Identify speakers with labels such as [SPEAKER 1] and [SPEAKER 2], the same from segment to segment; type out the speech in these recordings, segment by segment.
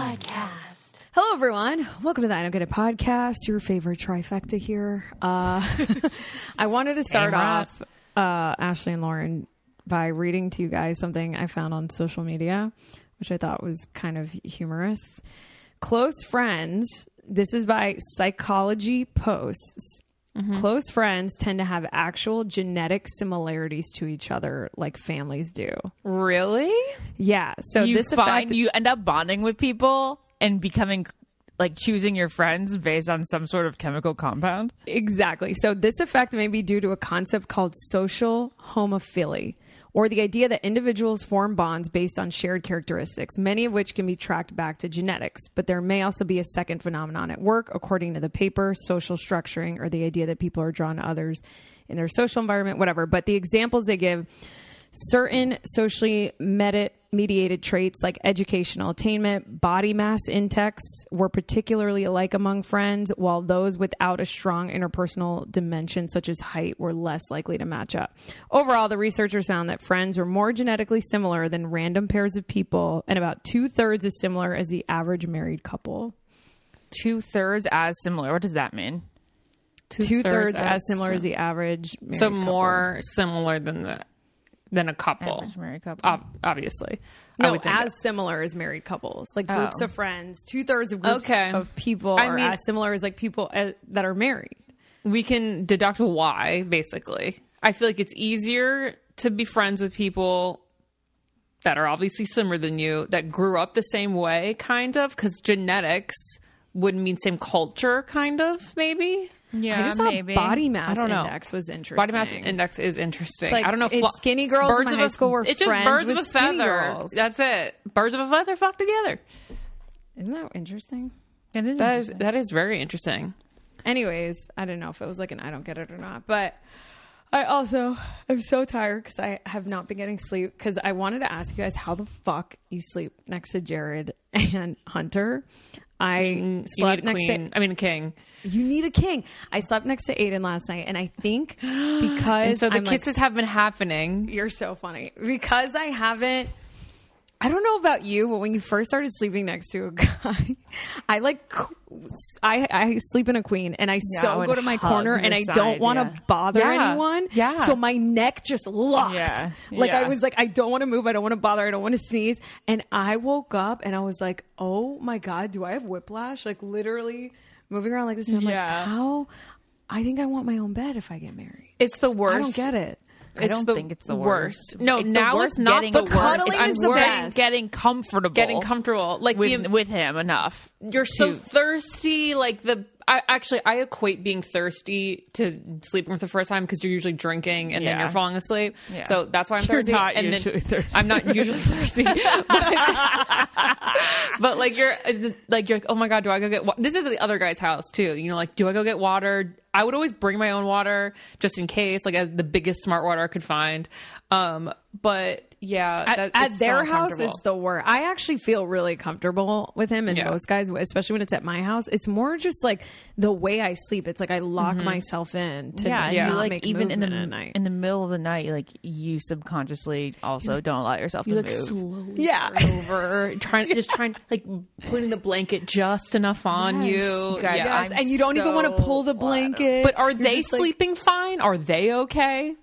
[SPEAKER 1] Hello, everyone. Welcome to the I Don't Get It podcast, your favorite trifecta here. Uh, I wanted to start off, uh, Ashley and Lauren, by reading to you guys something I found on social media, which I thought was kind of humorous. Close friends, this is by Psychology Posts.
[SPEAKER 2] Mm-hmm.
[SPEAKER 1] Close friends tend to have actual genetic similarities to each other, like families do.
[SPEAKER 3] Really?
[SPEAKER 1] Yeah. So
[SPEAKER 2] you
[SPEAKER 1] this
[SPEAKER 2] find
[SPEAKER 1] affect-
[SPEAKER 2] you end up bonding with people and becoming like choosing your friends based on some sort of chemical compound.
[SPEAKER 1] Exactly. So this effect may be due to a concept called social homophily, or the idea that individuals form bonds based on shared characteristics, many of which can be tracked back to genetics. But there may also be a second phenomenon at work, according to the paper, social structuring, or the idea that people are drawn to others in their social environment, whatever. But the examples they give certain socially medi- mediated traits like educational attainment, body mass index were particularly alike among friends, while those without a strong interpersonal dimension, such as height, were less likely to match up. Overall, the researchers found that friends were more genetically similar than random pairs of people, and about two thirds as similar as the average married couple.
[SPEAKER 2] Two thirds as similar. What does that mean?
[SPEAKER 1] Two thirds as similar as the average. Married
[SPEAKER 3] so
[SPEAKER 1] couple.
[SPEAKER 3] more similar than the than a couple.
[SPEAKER 2] Average married couple.
[SPEAKER 3] Ob- obviously. I
[SPEAKER 1] No,
[SPEAKER 3] would think Oh.
[SPEAKER 1] as similar as married couples, like groups of friends, two thirds of groups
[SPEAKER 3] Okay.
[SPEAKER 1] of people
[SPEAKER 3] I
[SPEAKER 1] are
[SPEAKER 3] mean-
[SPEAKER 1] as similar as like people uh, that are married.
[SPEAKER 3] we can deduct why basically i feel like it's easier to be friends with people that are obviously slimmer than you that grew up the same way kind of because genetics would mean same culture kind of maybe
[SPEAKER 2] Yeah,
[SPEAKER 1] I just thought body mass
[SPEAKER 3] don't know.
[SPEAKER 1] index was interesting.
[SPEAKER 3] body mass index is interesting
[SPEAKER 1] like,
[SPEAKER 3] i don't know
[SPEAKER 1] if skinny girls in my
[SPEAKER 3] a-
[SPEAKER 1] high school were
[SPEAKER 3] it's just
[SPEAKER 1] friends
[SPEAKER 3] birds
[SPEAKER 1] with
[SPEAKER 3] of a
[SPEAKER 1] skinny
[SPEAKER 3] feather
[SPEAKER 1] girls.
[SPEAKER 3] that's it birds of a feather flock together
[SPEAKER 1] isn't that interesting?
[SPEAKER 2] That is
[SPEAKER 3] that is that is very interesting
[SPEAKER 1] Anyways, I don't know if it was like an I don't get it or not, but I also am so tired because I have not been getting sleep because I wanted to ask you guys how the fuck you sleep next to Jared and Hunter. I
[SPEAKER 3] Mm, you need
[SPEAKER 1] slept
[SPEAKER 3] a
[SPEAKER 1] next to
[SPEAKER 3] queen i mean a king
[SPEAKER 1] You need a king. I slept next to Aiden last night, and I think because
[SPEAKER 3] so the
[SPEAKER 1] I'm like,
[SPEAKER 3] kisses have been happening
[SPEAKER 1] You're so funny because I haven't. I don't know about you, but when you first started sleeping next to a guy, I like qu- I I sleep in a queen, and I
[SPEAKER 2] Yeah, I
[SPEAKER 1] so
[SPEAKER 2] would
[SPEAKER 1] go to my
[SPEAKER 2] hug
[SPEAKER 1] corner,
[SPEAKER 2] the
[SPEAKER 1] and I
[SPEAKER 2] side,
[SPEAKER 1] don't want to
[SPEAKER 2] yeah.
[SPEAKER 1] bother
[SPEAKER 3] Yeah,
[SPEAKER 1] anyone.
[SPEAKER 3] yeah.
[SPEAKER 1] So my neck just locked.
[SPEAKER 2] Yeah,
[SPEAKER 1] Like I
[SPEAKER 2] yeah.
[SPEAKER 1] was like, I don't want to move. I don't want to bother. I don't want to sneeze. And I woke up and I was like, oh my god, do I have whiplash? Like literally moving around like this. And I'm
[SPEAKER 2] Yeah.
[SPEAKER 1] like, how? I think I want my own bed if I get married.
[SPEAKER 3] it's the worst
[SPEAKER 1] I don't get it.
[SPEAKER 2] I don't think it's the worst.
[SPEAKER 3] No,
[SPEAKER 2] It's the
[SPEAKER 3] now
[SPEAKER 2] worst
[SPEAKER 3] it's not
[SPEAKER 2] getting
[SPEAKER 3] the
[SPEAKER 2] worse.
[SPEAKER 3] worst.
[SPEAKER 1] Cuddling
[SPEAKER 3] I'm
[SPEAKER 1] is the
[SPEAKER 3] saying
[SPEAKER 1] best.
[SPEAKER 2] getting comfortable.
[SPEAKER 3] getting comfortable. Like
[SPEAKER 2] with,
[SPEAKER 3] the,
[SPEAKER 2] with him enough.
[SPEAKER 3] you're so thirsty. Like the I actually I equate being thirsty to sleeping for the first time because you're usually drinking and then
[SPEAKER 2] Yeah.
[SPEAKER 3] you're falling asleep. So that's why I'm
[SPEAKER 2] You're
[SPEAKER 3] thirsty.
[SPEAKER 2] not
[SPEAKER 3] and
[SPEAKER 2] usually
[SPEAKER 3] then,
[SPEAKER 2] thirsty.
[SPEAKER 3] I'm not usually thirsty. but, but, like you're like you're like, oh my god, do I go get wa-? this is at the other guy's house too. You know, like do I go get water? I would always bring my own water just in case, like as the biggest smart water I could find. Um, but yeah, that-
[SPEAKER 1] at, at
[SPEAKER 3] it's so
[SPEAKER 1] their house
[SPEAKER 3] uncomfortable.
[SPEAKER 1] it's the worst i actually feel really comfortable with him and
[SPEAKER 3] Yeah.
[SPEAKER 1] most guys especially when it's at my house it's more just like the way i sleep it's like i lock myself in to
[SPEAKER 2] Yeah,
[SPEAKER 1] yeah,
[SPEAKER 2] and
[SPEAKER 3] Yeah.
[SPEAKER 2] you
[SPEAKER 1] not
[SPEAKER 2] like
[SPEAKER 1] make
[SPEAKER 2] even in the
[SPEAKER 1] movement at night
[SPEAKER 2] in the middle of the night, like you subconsciously also don't allow yourself to move.
[SPEAKER 1] yeah
[SPEAKER 3] over, trying just trying like putting the blanket just enough on you.
[SPEAKER 2] guys,
[SPEAKER 3] Yeah.
[SPEAKER 2] Yes, I'm
[SPEAKER 1] and you don't even want to pull the blanket
[SPEAKER 3] But are they sleeping fine? Are they okay?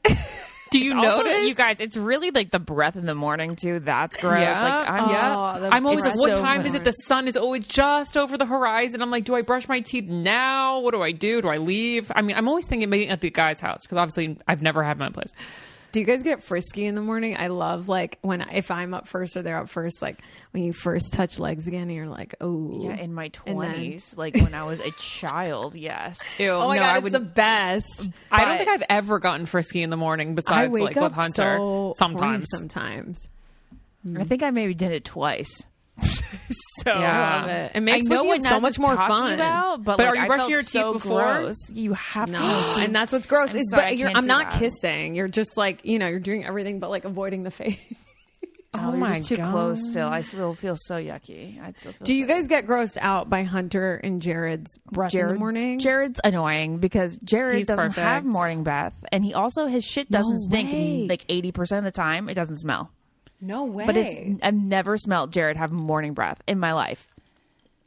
[SPEAKER 3] Do you
[SPEAKER 2] Also,
[SPEAKER 3] notice?
[SPEAKER 2] you guys, it's really like the breath in the morning too. That's gross.
[SPEAKER 3] Yeah,
[SPEAKER 2] Like, I'm
[SPEAKER 3] yeah.
[SPEAKER 1] Oh, the
[SPEAKER 3] I'm always like,
[SPEAKER 2] breath.
[SPEAKER 3] what
[SPEAKER 2] So
[SPEAKER 3] time is it? The sun is always just over the horizon. I'm like, do I brush my teeth now? What do I do? Do I leave? I mean, I'm always thinking maybe at the guy's house because obviously I've never had my own place.
[SPEAKER 1] Do you guys get frisky in the morning? I love like when if I'm up first or they're up first, like when you first touch legs again, and you're like, oh,
[SPEAKER 2] Yeah, in my
[SPEAKER 1] And then-
[SPEAKER 2] twenties, like when I was a child. Yes.
[SPEAKER 3] Ew,
[SPEAKER 1] oh my
[SPEAKER 3] no,
[SPEAKER 1] god,
[SPEAKER 3] I
[SPEAKER 1] it's
[SPEAKER 3] would.
[SPEAKER 1] the best.
[SPEAKER 3] I don't
[SPEAKER 2] but-
[SPEAKER 3] think I've ever gotten frisky in the morning
[SPEAKER 1] I
[SPEAKER 3] besides
[SPEAKER 1] wake
[SPEAKER 3] like
[SPEAKER 1] up
[SPEAKER 3] with Hunter.
[SPEAKER 1] so horny
[SPEAKER 3] sometimes.
[SPEAKER 1] sometimes.
[SPEAKER 2] I think I maybe did it twice. so
[SPEAKER 3] Yeah.
[SPEAKER 1] Love it. It makes
[SPEAKER 2] I know
[SPEAKER 1] waking
[SPEAKER 2] what
[SPEAKER 1] up so
[SPEAKER 2] Naz
[SPEAKER 1] much
[SPEAKER 2] is
[SPEAKER 1] more
[SPEAKER 2] talking
[SPEAKER 1] fun.
[SPEAKER 2] About, but
[SPEAKER 3] But
[SPEAKER 2] like,
[SPEAKER 3] are you
[SPEAKER 2] I
[SPEAKER 3] brushing
[SPEAKER 2] felt
[SPEAKER 3] your teeth
[SPEAKER 2] so
[SPEAKER 3] before?
[SPEAKER 2] Gross. You have
[SPEAKER 1] No,
[SPEAKER 2] to,
[SPEAKER 1] and that's what's gross.
[SPEAKER 2] I'm
[SPEAKER 1] It's-
[SPEAKER 2] sorry, I
[SPEAKER 1] but you're,
[SPEAKER 2] can't
[SPEAKER 1] I'm
[SPEAKER 2] do
[SPEAKER 1] not
[SPEAKER 2] that.
[SPEAKER 1] kissing. You're just like you know, you're doing everything but like avoiding the face.
[SPEAKER 2] Oh,
[SPEAKER 3] my
[SPEAKER 2] my just too
[SPEAKER 3] God.
[SPEAKER 2] close. Still, I still feel so yucky. I'd still feel
[SPEAKER 1] Do you
[SPEAKER 2] so
[SPEAKER 1] guys get grossed out by Hunter and Jared's breath in the morning?
[SPEAKER 2] Jared's annoying because Jared
[SPEAKER 3] He's
[SPEAKER 2] doesn't have
[SPEAKER 3] perfect.
[SPEAKER 2] morning bath, and he also his shit doesn't
[SPEAKER 1] No
[SPEAKER 2] stink. And
[SPEAKER 1] way.
[SPEAKER 2] he, like eighty percent of the time, it doesn't smell.
[SPEAKER 1] no way.
[SPEAKER 2] But it's I've never smelled Jared have morning breath in my life.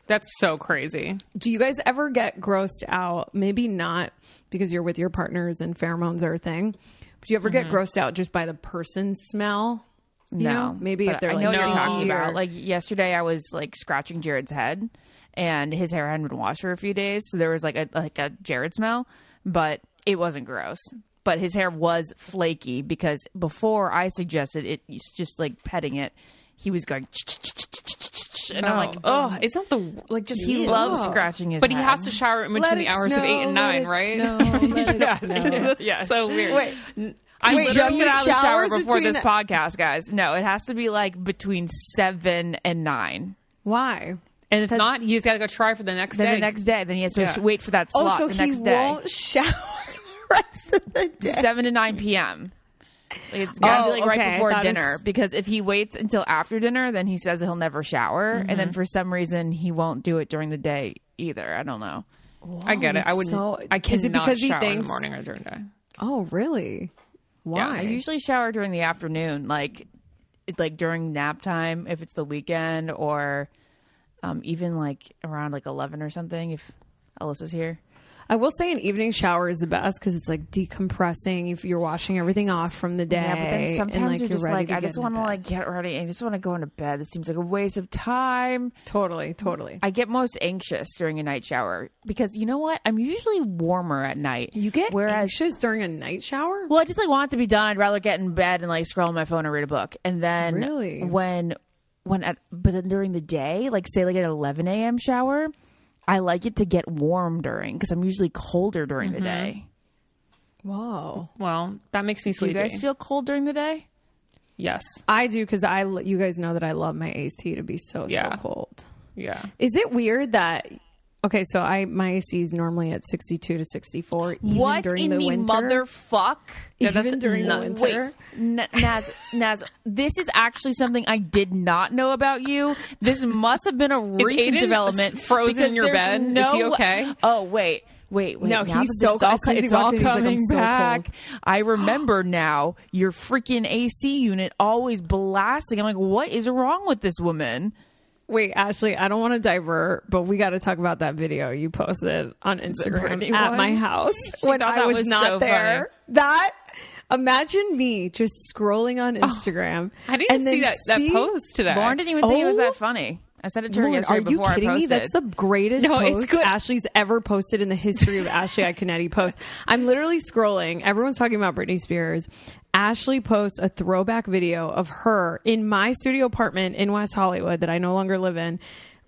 [SPEAKER 3] That's so crazy.
[SPEAKER 1] Do you guys ever get grossed out? Maybe not because you're with your partners and pheromones are a thing. But do you ever get grossed out just by the person's smell? You
[SPEAKER 2] no,
[SPEAKER 1] know, maybe
[SPEAKER 2] But
[SPEAKER 1] if they're
[SPEAKER 2] I
[SPEAKER 1] like
[SPEAKER 2] know what you're
[SPEAKER 1] stinky
[SPEAKER 2] talking
[SPEAKER 1] or-
[SPEAKER 2] about. Like yesterday, I was like scratching Jared's head, and his hair hadn't been washed for a few days, so there was like a like a Jared smell, but it wasn't gross. But his hair was flaky because before I suggested it, it's just like petting it, he was going, and I'm like,
[SPEAKER 3] oh, it's not the like just
[SPEAKER 2] He
[SPEAKER 3] Ugh.
[SPEAKER 2] loves scratching his
[SPEAKER 3] but he
[SPEAKER 2] head.
[SPEAKER 3] has to shower in between
[SPEAKER 1] Let
[SPEAKER 3] the
[SPEAKER 1] it
[SPEAKER 3] hours of
[SPEAKER 1] snow,
[SPEAKER 3] eight and
[SPEAKER 1] let
[SPEAKER 3] nine,
[SPEAKER 1] it
[SPEAKER 3] right?
[SPEAKER 1] snow, let it snow.
[SPEAKER 3] So weird.
[SPEAKER 1] Wait.
[SPEAKER 3] N- I
[SPEAKER 1] Wait,
[SPEAKER 3] literally
[SPEAKER 2] just
[SPEAKER 1] you
[SPEAKER 2] get out of the shower
[SPEAKER 1] showers
[SPEAKER 2] before
[SPEAKER 1] between
[SPEAKER 2] this
[SPEAKER 1] the-
[SPEAKER 2] podcast, guys. No, it has to be like between seven and nine.
[SPEAKER 1] Why?
[SPEAKER 3] And if not, he's got to go try for the next
[SPEAKER 2] Then
[SPEAKER 3] day.
[SPEAKER 2] the next day, then he has to
[SPEAKER 3] Yeah.
[SPEAKER 2] wait for that slot
[SPEAKER 1] oh, so
[SPEAKER 2] the
[SPEAKER 1] he
[SPEAKER 2] next day.
[SPEAKER 1] won't shower the rest of the day.
[SPEAKER 2] Seven to nine p.m. Like, It's gotta
[SPEAKER 1] Oh,
[SPEAKER 2] be like
[SPEAKER 1] okay. I
[SPEAKER 2] right before
[SPEAKER 1] thought it
[SPEAKER 2] dinner
[SPEAKER 1] was-
[SPEAKER 2] because if he waits until after dinner, then he says he'll never shower, and then for some reason he won't do it during the day either. I don't know.
[SPEAKER 3] I get it. I
[SPEAKER 1] that's
[SPEAKER 3] wouldn't.
[SPEAKER 1] so-
[SPEAKER 3] I cannot
[SPEAKER 1] Is it because he
[SPEAKER 3] shower in the
[SPEAKER 1] thinks-
[SPEAKER 3] morning or during the day.
[SPEAKER 1] Oh, really?
[SPEAKER 2] I
[SPEAKER 1] Why?
[SPEAKER 2] usually shower during the afternoon, like it- like during nap time if it's the weekend, or um, even like around like eleven or something if Alyssa's here.
[SPEAKER 1] I will say an evening shower is the best because it's like decompressing. If you're washing everything off from the day,
[SPEAKER 2] Yeah, but then
[SPEAKER 1] and,
[SPEAKER 2] sometimes you're
[SPEAKER 1] you're
[SPEAKER 2] just
[SPEAKER 1] ready
[SPEAKER 2] like,
[SPEAKER 1] to
[SPEAKER 2] I
[SPEAKER 1] get
[SPEAKER 2] just
[SPEAKER 1] into
[SPEAKER 2] want to
[SPEAKER 1] bed.
[SPEAKER 2] like get ready. I just want to go into bed. This seems like a waste of time.
[SPEAKER 1] totally, totally.
[SPEAKER 2] I get most anxious during a night shower because you know what? I'm usually warmer at night.
[SPEAKER 1] You get
[SPEAKER 2] whereas
[SPEAKER 1] anxious during a night shower.
[SPEAKER 2] Well, I just like want it to be done. I'd rather get in bed and like scroll on my phone or read a book. And then
[SPEAKER 1] Really?
[SPEAKER 2] when when at but then during the day, like say like an eleven a.m. shower, I like it to get warm during because I'm usually colder during the day.
[SPEAKER 1] Whoa.
[SPEAKER 3] Well, that makes me
[SPEAKER 2] Do you
[SPEAKER 3] sleepy.
[SPEAKER 2] guys feel cold during the day?
[SPEAKER 3] yes.
[SPEAKER 1] I do because I, l- you guys know that I love my AC to be so
[SPEAKER 3] Yeah.
[SPEAKER 1] so cold.
[SPEAKER 3] Yeah.
[SPEAKER 1] Is it weird that? Okay, so I my AC is normally at sixty two to sixty four.
[SPEAKER 2] what
[SPEAKER 1] during
[SPEAKER 2] in the,
[SPEAKER 1] winter,
[SPEAKER 2] motherfuck?
[SPEAKER 1] Even during the winter.
[SPEAKER 2] Wait, N- Naz, Naz, this is actually something I did not know about you. This must have been a recent
[SPEAKER 3] Aiden
[SPEAKER 2] development.
[SPEAKER 3] frozen
[SPEAKER 2] because
[SPEAKER 3] in your
[SPEAKER 2] there's
[SPEAKER 3] bed? Is
[SPEAKER 2] No,
[SPEAKER 3] he okay?
[SPEAKER 2] Oh wait, wait, wait.
[SPEAKER 1] No,
[SPEAKER 2] now
[SPEAKER 1] he's
[SPEAKER 2] that
[SPEAKER 1] so-
[SPEAKER 2] this all
[SPEAKER 1] as soon as he
[SPEAKER 2] it's
[SPEAKER 1] walked
[SPEAKER 2] all
[SPEAKER 1] in, he's like, I'm
[SPEAKER 2] coming
[SPEAKER 1] so
[SPEAKER 2] back.
[SPEAKER 1] cold.
[SPEAKER 2] I remember now. Your freaking AC unit always blasting. I'm like, what is wrong with this woman?
[SPEAKER 1] Wait, Ashley, I don't want to divert, but we got to talk about that video you posted on Instagram
[SPEAKER 2] Brandy
[SPEAKER 1] at
[SPEAKER 2] one?
[SPEAKER 1] my house
[SPEAKER 2] She
[SPEAKER 1] when
[SPEAKER 2] thought
[SPEAKER 1] I
[SPEAKER 2] that
[SPEAKER 1] was,
[SPEAKER 2] was
[SPEAKER 1] not
[SPEAKER 2] so
[SPEAKER 1] there. That imagine me just scrolling on Instagram.
[SPEAKER 3] Oh, I didn't
[SPEAKER 1] and then
[SPEAKER 3] see that, that
[SPEAKER 1] see-
[SPEAKER 3] post today.
[SPEAKER 2] Lauren didn't even think it was
[SPEAKER 1] Oh.
[SPEAKER 2] that funny. I said it to her
[SPEAKER 1] Lauren,
[SPEAKER 2] yesterday
[SPEAKER 1] are you
[SPEAKER 2] before
[SPEAKER 1] kidding
[SPEAKER 2] I
[SPEAKER 1] me?
[SPEAKER 2] posted.
[SPEAKER 1] That's the greatest
[SPEAKER 3] No,
[SPEAKER 1] post
[SPEAKER 3] it's good.
[SPEAKER 1] Ashley's ever posted in the history of Ashley Iconetti posts. I'm literally scrolling. Everyone's talking about Britney Spears. Ashley posts a throwback video of her in my studio apartment in West Hollywood that I no longer live in,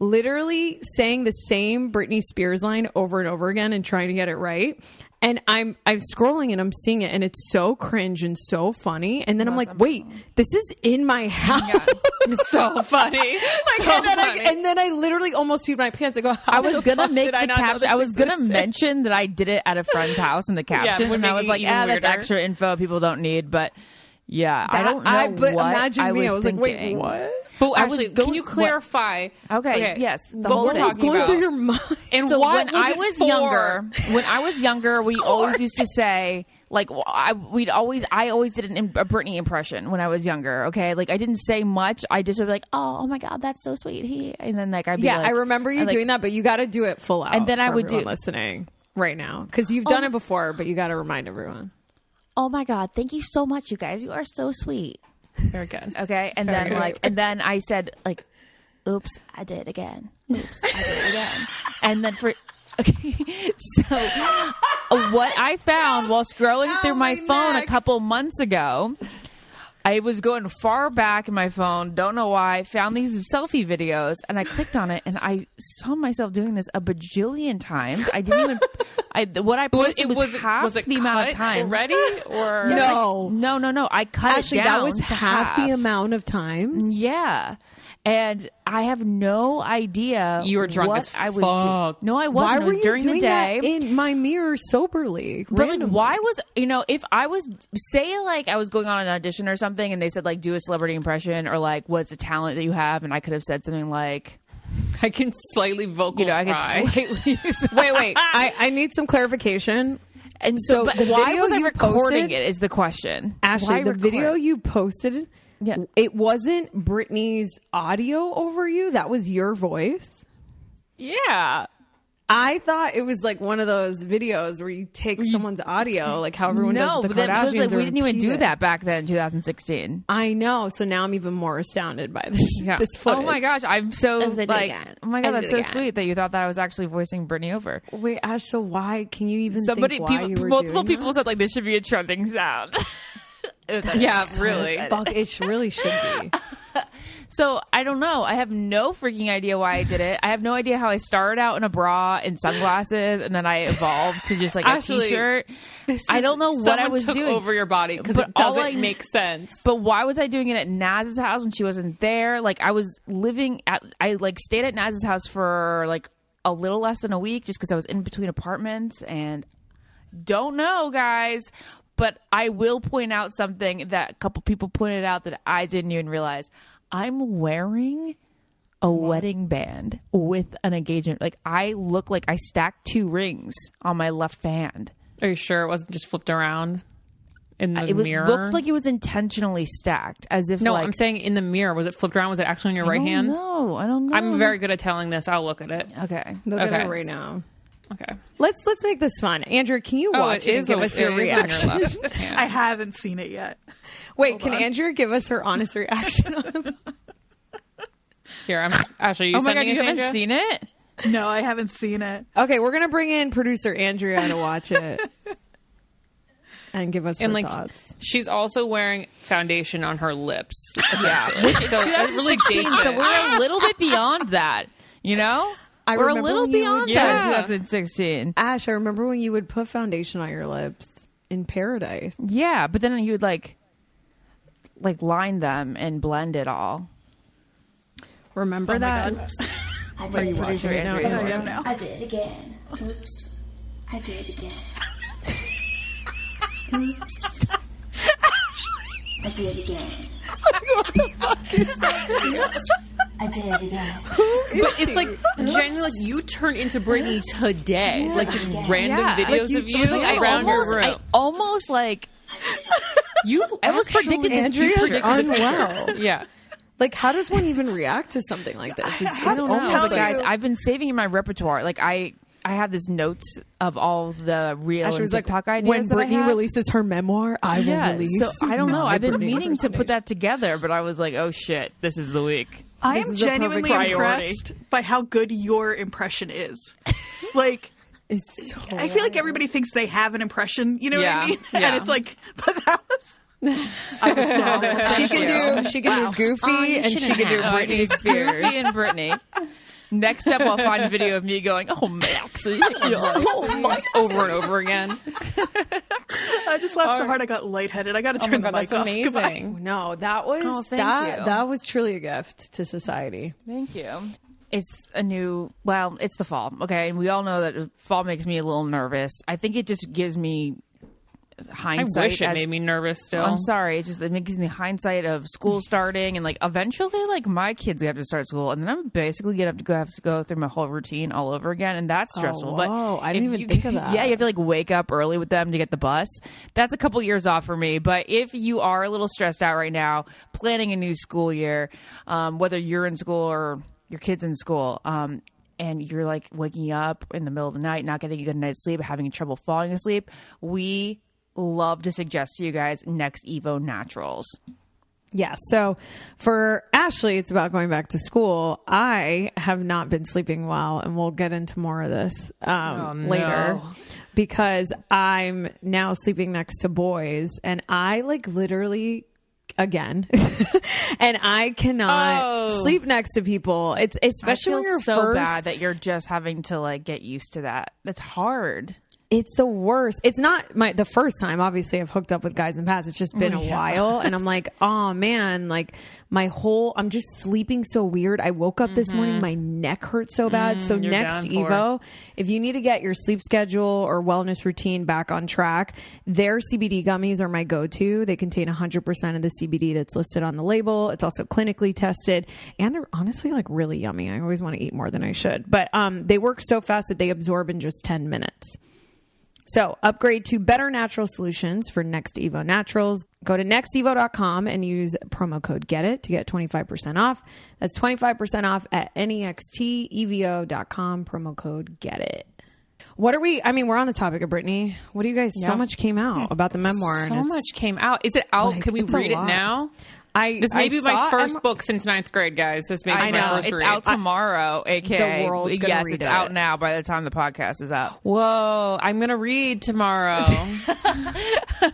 [SPEAKER 1] literally saying the same Britney Spears line over and over again and trying to get it right. And I'm I'm scrolling and I'm seeing it and it's so cringe and so funny. And then I'm like, wait, this is in my house.
[SPEAKER 3] It's so funny.
[SPEAKER 1] Like,
[SPEAKER 3] so
[SPEAKER 1] and, then
[SPEAKER 3] funny.
[SPEAKER 1] I, and then I literally almost peed my pants. I go,
[SPEAKER 2] I was gonna make the
[SPEAKER 1] I not know
[SPEAKER 2] caption.
[SPEAKER 1] this
[SPEAKER 2] I was gonna
[SPEAKER 1] existed?
[SPEAKER 2] mention that I did it at a friend's house in the caption,
[SPEAKER 3] would
[SPEAKER 2] and I
[SPEAKER 3] make
[SPEAKER 2] was
[SPEAKER 3] it
[SPEAKER 2] like,
[SPEAKER 3] even
[SPEAKER 2] "Ah, that's
[SPEAKER 3] weirder."
[SPEAKER 2] extra info people don't need." But yeah, I don't know
[SPEAKER 1] I, but
[SPEAKER 2] what
[SPEAKER 1] imagine
[SPEAKER 2] I
[SPEAKER 1] me.
[SPEAKER 2] was
[SPEAKER 1] I was like, wait,
[SPEAKER 2] thinking.
[SPEAKER 1] what?
[SPEAKER 3] but
[SPEAKER 2] I was
[SPEAKER 3] actually,
[SPEAKER 2] going-
[SPEAKER 3] can you clarify?
[SPEAKER 2] Okay, yes, the
[SPEAKER 3] What
[SPEAKER 2] whole
[SPEAKER 3] we're
[SPEAKER 2] thing.
[SPEAKER 1] What's
[SPEAKER 3] talking
[SPEAKER 1] going
[SPEAKER 3] about.
[SPEAKER 1] through your mind?
[SPEAKER 3] and
[SPEAKER 2] So
[SPEAKER 3] why
[SPEAKER 2] when I was
[SPEAKER 3] it four?
[SPEAKER 2] younger, when I was younger, we always used to say like wh- I we'd always I always did an, im- a Britney impression when I was younger. Okay, like I didn't say much. I just would be like, "Oh, oh my god, that's so sweet." He and then like I'd be
[SPEAKER 1] yeah,
[SPEAKER 2] like-
[SPEAKER 1] I remember you
[SPEAKER 2] I'd, like,
[SPEAKER 1] doing that, but you got to do it full out.
[SPEAKER 2] And then I
[SPEAKER 1] for
[SPEAKER 2] would
[SPEAKER 1] everyone
[SPEAKER 2] do-
[SPEAKER 1] listening right now because you've done it before, but you got to remind everyone.
[SPEAKER 2] oh my god, thank you so much, you guys. You are so sweet.
[SPEAKER 3] Very good.
[SPEAKER 2] Okay, and then
[SPEAKER 3] Very
[SPEAKER 2] like, and then I said like, "Oops, I did it again. Oops, I did it again." And then for okay, so what I found while scrolling through my, phone a couple months ago, I was going far back in my phone. Don't know why. Found these selfie videos, and I clicked on it, and I saw myself doing this a bajillion times. I didn't even. I what I
[SPEAKER 3] Was
[SPEAKER 2] posted
[SPEAKER 3] it
[SPEAKER 2] was,
[SPEAKER 3] was it,
[SPEAKER 2] half
[SPEAKER 3] was it
[SPEAKER 2] the amount of
[SPEAKER 3] cut
[SPEAKER 2] times.
[SPEAKER 3] already or
[SPEAKER 1] No.
[SPEAKER 2] no, no, no. I cut
[SPEAKER 1] Actually,
[SPEAKER 2] it down
[SPEAKER 1] that was
[SPEAKER 2] to
[SPEAKER 1] half, the amount of times.
[SPEAKER 2] yeah. And I have no idea.
[SPEAKER 3] You were drunk
[SPEAKER 2] what
[SPEAKER 3] as
[SPEAKER 2] I was doing.
[SPEAKER 3] fuck.
[SPEAKER 2] No, I
[SPEAKER 1] Why
[SPEAKER 2] wasn't. It
[SPEAKER 1] were
[SPEAKER 2] was
[SPEAKER 1] you
[SPEAKER 2] during
[SPEAKER 1] doing
[SPEAKER 2] the day.
[SPEAKER 1] that in my mirror soberly?
[SPEAKER 2] but like,
[SPEAKER 1] randomly?
[SPEAKER 2] why was you know if I was say like I was going on an audition or something, and they said like do a celebrity impression or like what's a talent that you have, and I could have said something like
[SPEAKER 3] I can slightly vocal
[SPEAKER 2] you know I
[SPEAKER 3] fry.
[SPEAKER 2] could slightly
[SPEAKER 1] Wait, wait. I, I need some clarification.
[SPEAKER 2] and
[SPEAKER 1] So
[SPEAKER 2] so, but
[SPEAKER 1] the
[SPEAKER 2] why
[SPEAKER 1] video
[SPEAKER 2] was I
[SPEAKER 1] you
[SPEAKER 2] recording
[SPEAKER 1] posted-
[SPEAKER 2] it is the question.
[SPEAKER 1] Ashley,
[SPEAKER 2] Why
[SPEAKER 1] the
[SPEAKER 2] record?
[SPEAKER 1] video you posted,
[SPEAKER 2] Yeah.
[SPEAKER 1] it wasn't Brittany's audio over you. That was your voice.
[SPEAKER 2] yeah.
[SPEAKER 1] I thought it was like one of those videos where you take someone's audio, like how everyone
[SPEAKER 2] No,
[SPEAKER 1] does
[SPEAKER 2] but
[SPEAKER 1] with the
[SPEAKER 2] that, because,
[SPEAKER 1] Kardashians.
[SPEAKER 2] like,
[SPEAKER 1] or
[SPEAKER 2] we didn't even
[SPEAKER 1] repeat
[SPEAKER 2] do
[SPEAKER 1] it.
[SPEAKER 2] that back then, 2016.
[SPEAKER 1] I know. So now I'm even more astounded by this.
[SPEAKER 3] Yeah.
[SPEAKER 1] This footage.
[SPEAKER 2] Oh my gosh, I'm so
[SPEAKER 3] was like,
[SPEAKER 2] like,
[SPEAKER 3] again.
[SPEAKER 2] oh my god,
[SPEAKER 3] I was
[SPEAKER 2] that's so
[SPEAKER 3] again.
[SPEAKER 2] sweet that you thought that I was actually voicing Brittany over.
[SPEAKER 1] Wait, Ash. So why can you even?
[SPEAKER 2] Somebody,
[SPEAKER 1] think why you
[SPEAKER 2] people,
[SPEAKER 1] were
[SPEAKER 2] multiple
[SPEAKER 1] doing
[SPEAKER 2] people
[SPEAKER 1] that?
[SPEAKER 2] said like this should be a trending sound. it was actually-
[SPEAKER 3] Yeah, really.
[SPEAKER 1] Fuck, it sh- really should be.
[SPEAKER 2] So I don't know. I have no freaking idea why I did it. I have no idea how I started out in a bra and sunglasses, and then I evolved to just like a
[SPEAKER 3] Ashley,
[SPEAKER 2] shirt.
[SPEAKER 3] This
[SPEAKER 2] I
[SPEAKER 3] is-
[SPEAKER 2] don't know what I
[SPEAKER 3] someone
[SPEAKER 2] was
[SPEAKER 3] took
[SPEAKER 2] doing
[SPEAKER 3] over your body because
[SPEAKER 2] But
[SPEAKER 3] it
[SPEAKER 2] all
[SPEAKER 3] doesn't
[SPEAKER 2] I-
[SPEAKER 3] make sense.
[SPEAKER 2] But why was I doing it at Naz's house when she wasn't there? Like I was living at I like stayed at Naz's house for like a little less than a week just because I was in between apartments and don't know, guys. But I will point out something that a couple people pointed out that I didn't even realize. I'm wearing a wedding band with an engagement. Like I look like I stacked two rings on my left hand.
[SPEAKER 3] Are you sure it wasn't just flipped around in the
[SPEAKER 2] It was,
[SPEAKER 3] mirror?
[SPEAKER 2] looked like it was intentionally stacked, as if
[SPEAKER 3] no,
[SPEAKER 2] like,
[SPEAKER 3] I'm saying in the mirror. Was it flipped around? Was it actually on your right hand?
[SPEAKER 2] Oh, No, I don't know.
[SPEAKER 3] I'm very good at telling this. I'll look at it.
[SPEAKER 2] okay.
[SPEAKER 1] Look
[SPEAKER 3] Okay.
[SPEAKER 1] at it right now.
[SPEAKER 3] Okay.
[SPEAKER 1] Let's let's make this fun. Andrew, can you
[SPEAKER 3] Oh,
[SPEAKER 1] watch
[SPEAKER 3] it
[SPEAKER 1] it,
[SPEAKER 3] is.
[SPEAKER 1] and give
[SPEAKER 3] a-
[SPEAKER 1] us
[SPEAKER 3] it
[SPEAKER 1] your
[SPEAKER 3] is on your
[SPEAKER 1] reaction?
[SPEAKER 3] left hand.
[SPEAKER 4] I haven't seen it yet.
[SPEAKER 1] Wait, can Andrea give us her honest reaction? on the-
[SPEAKER 3] Here, I'm Ashley. Are you
[SPEAKER 2] Oh my god,
[SPEAKER 3] sending
[SPEAKER 2] you
[SPEAKER 3] it,
[SPEAKER 2] haven't
[SPEAKER 3] Andrea?
[SPEAKER 2] seen it?
[SPEAKER 4] No, I haven't seen it.
[SPEAKER 1] okay, we're gonna bring in producer Andrea to watch it and give us her
[SPEAKER 3] and like
[SPEAKER 1] thoughts.
[SPEAKER 3] she's also wearing foundation on her lips. Essentially. so it really dates
[SPEAKER 2] So
[SPEAKER 3] it.
[SPEAKER 2] we're a little bit beyond that, you know.
[SPEAKER 1] I
[SPEAKER 2] we're a
[SPEAKER 1] remember
[SPEAKER 2] little
[SPEAKER 1] when you
[SPEAKER 2] beyond
[SPEAKER 1] would-
[SPEAKER 2] that in
[SPEAKER 3] Yeah.
[SPEAKER 2] 2016.
[SPEAKER 1] Ash, I remember when you would put foundation on your lips in paradise.
[SPEAKER 2] Yeah, but then he would like, like line them and blend it all.
[SPEAKER 1] Remember that?
[SPEAKER 5] I did it
[SPEAKER 2] Producer Andrea,
[SPEAKER 4] I don't know.
[SPEAKER 5] I did it again. Oops. I did it again. Oops. I did it again. Oops. I did it again.
[SPEAKER 3] But it's like genuinely like you turn into Britney today. Like just random
[SPEAKER 2] Yeah.
[SPEAKER 3] videos
[SPEAKER 2] Like, you
[SPEAKER 3] of you
[SPEAKER 2] It's like, I
[SPEAKER 3] around
[SPEAKER 2] almost,
[SPEAKER 3] your
[SPEAKER 2] I
[SPEAKER 3] room.
[SPEAKER 2] almost like
[SPEAKER 3] you
[SPEAKER 2] I was predicted the
[SPEAKER 1] Andrea's
[SPEAKER 2] future.
[SPEAKER 1] unwell.
[SPEAKER 3] Yeah.
[SPEAKER 1] like, how does one even react to something like this? It's,
[SPEAKER 4] I don't
[SPEAKER 2] No,
[SPEAKER 4] know.
[SPEAKER 2] but guys, I've been saving in my repertoire. Like I, I have this notes of all the real
[SPEAKER 1] Ash
[SPEAKER 2] and
[SPEAKER 1] was like,
[SPEAKER 2] TikTok ideas.
[SPEAKER 1] when
[SPEAKER 2] that I
[SPEAKER 1] Britney
[SPEAKER 2] have.
[SPEAKER 1] releases her memoir, I will
[SPEAKER 2] yeah,
[SPEAKER 1] release.
[SPEAKER 2] so I don't know.
[SPEAKER 1] my
[SPEAKER 2] I've been
[SPEAKER 1] Britney
[SPEAKER 2] meaning to put
[SPEAKER 1] impersonation.
[SPEAKER 2] that together, but I was like, oh shit, this is the week.
[SPEAKER 4] I
[SPEAKER 1] This
[SPEAKER 4] am
[SPEAKER 1] is a perfect
[SPEAKER 4] genuinely
[SPEAKER 1] priority.
[SPEAKER 4] impressed by how good your impression is. like,
[SPEAKER 1] It's so
[SPEAKER 4] I feel like everybody thinks they have an impression. You know what
[SPEAKER 3] Yeah,
[SPEAKER 4] I mean?
[SPEAKER 3] yeah.
[SPEAKER 4] And it's like, but that was. I was down.
[SPEAKER 1] she can do she can do Goofy
[SPEAKER 2] Oh,
[SPEAKER 1] and she can do Britney Spears.
[SPEAKER 2] Goofy and Britney. Next up, I'll find a video of me going, oh, Maxie. oh, my.
[SPEAKER 3] It's over and over again.
[SPEAKER 4] I just laughed so hard I got lightheaded. I got to
[SPEAKER 3] Oh my
[SPEAKER 4] turn
[SPEAKER 3] god,
[SPEAKER 4] the mic
[SPEAKER 3] that's
[SPEAKER 4] off. Goodbye.
[SPEAKER 3] amazing.
[SPEAKER 1] No, that was
[SPEAKER 2] Oh, thank
[SPEAKER 1] that
[SPEAKER 2] you.
[SPEAKER 1] that was truly a gift to society.
[SPEAKER 2] Thank you. It's a new, well, it's the fall, okay? And we all know that fall makes me a little nervous. I think it just gives me
[SPEAKER 3] I
[SPEAKER 2] hindsight.
[SPEAKER 3] wish it
[SPEAKER 2] as-
[SPEAKER 3] made me nervous still.
[SPEAKER 2] Oh, I'm sorry. It just it gives me hindsight of school starting and like eventually like my kids have to start school and then I'm basically gonna have to go have to go through my whole routine all over again and that's stressful. But
[SPEAKER 1] wow. I didn't
[SPEAKER 2] if
[SPEAKER 1] even
[SPEAKER 2] you-
[SPEAKER 1] think of that.
[SPEAKER 2] Yeah, you have to like wake up early with them to get the bus. That's a couple years off for me. But if you are a little stressed out right now, planning a new school year, um, whether you're in school or your kids in school, um, and you're like waking up in the middle of the night, not getting a good night's sleep, having trouble falling asleep, we love to suggest to you guys next Evo Naturals.
[SPEAKER 1] Yeah. So for Ashley, it's about going back to school. I have not been sleeping well, and we'll get into more of this um,
[SPEAKER 2] Oh,
[SPEAKER 1] later because I'm now sleeping next to boys, and I like literally again, and I cannot sleep next to people. It's especially
[SPEAKER 2] Oh. I
[SPEAKER 1] when
[SPEAKER 2] feel
[SPEAKER 1] you're
[SPEAKER 2] so
[SPEAKER 1] first.
[SPEAKER 2] bad that you're just having to like get used to that. That's hard.
[SPEAKER 1] it's the worst. It's not my the first time. Obviously, I've hooked up with guys in the past. It's just
[SPEAKER 3] Oh,
[SPEAKER 1] been a while, and I'm like, oh man, like my whole I'm just sleeping so weird. I woke up this morning, my neck hurt so bad. so next
[SPEAKER 3] Mm-hmm. Mm, down for
[SPEAKER 1] Evo, if you need to get your sleep schedule or wellness routine back on track, their CBD gummies are my go-to. They contain 100 percent of the CBD that's listed on the label. It's also clinically tested, and they're honestly like really yummy. I always want to eat more than I should, but um, they work so fast that they absorb in just 10 minutes. So upgrade to better natural solutions for Next Evo Naturals. Go to nextevo.com and use promo code GET IT to get 25% off. That's 25% off at nextevo.com, promo code GET IT. What are we? I mean, we're on the topic of Brittany. What do you guys? So much came out about the memoir.
[SPEAKER 3] So
[SPEAKER 1] and it's-
[SPEAKER 3] much came out. Is it out?
[SPEAKER 1] like,
[SPEAKER 3] Can we
[SPEAKER 1] it's a
[SPEAKER 3] read it
[SPEAKER 1] lot.
[SPEAKER 3] now?
[SPEAKER 1] I
[SPEAKER 3] This may
[SPEAKER 1] I
[SPEAKER 3] be
[SPEAKER 1] saw
[SPEAKER 3] my first
[SPEAKER 1] Emma-
[SPEAKER 3] book since ninth grade, guys. This may be
[SPEAKER 2] I
[SPEAKER 3] my
[SPEAKER 2] know
[SPEAKER 3] first
[SPEAKER 2] it's
[SPEAKER 3] read.
[SPEAKER 2] out tomorrow. AKA,
[SPEAKER 1] The world's gonna
[SPEAKER 2] yes,
[SPEAKER 1] read
[SPEAKER 2] it's
[SPEAKER 1] it.
[SPEAKER 2] out now. By the time the podcast is out,
[SPEAKER 3] Whoa! I'm gonna read tomorrow.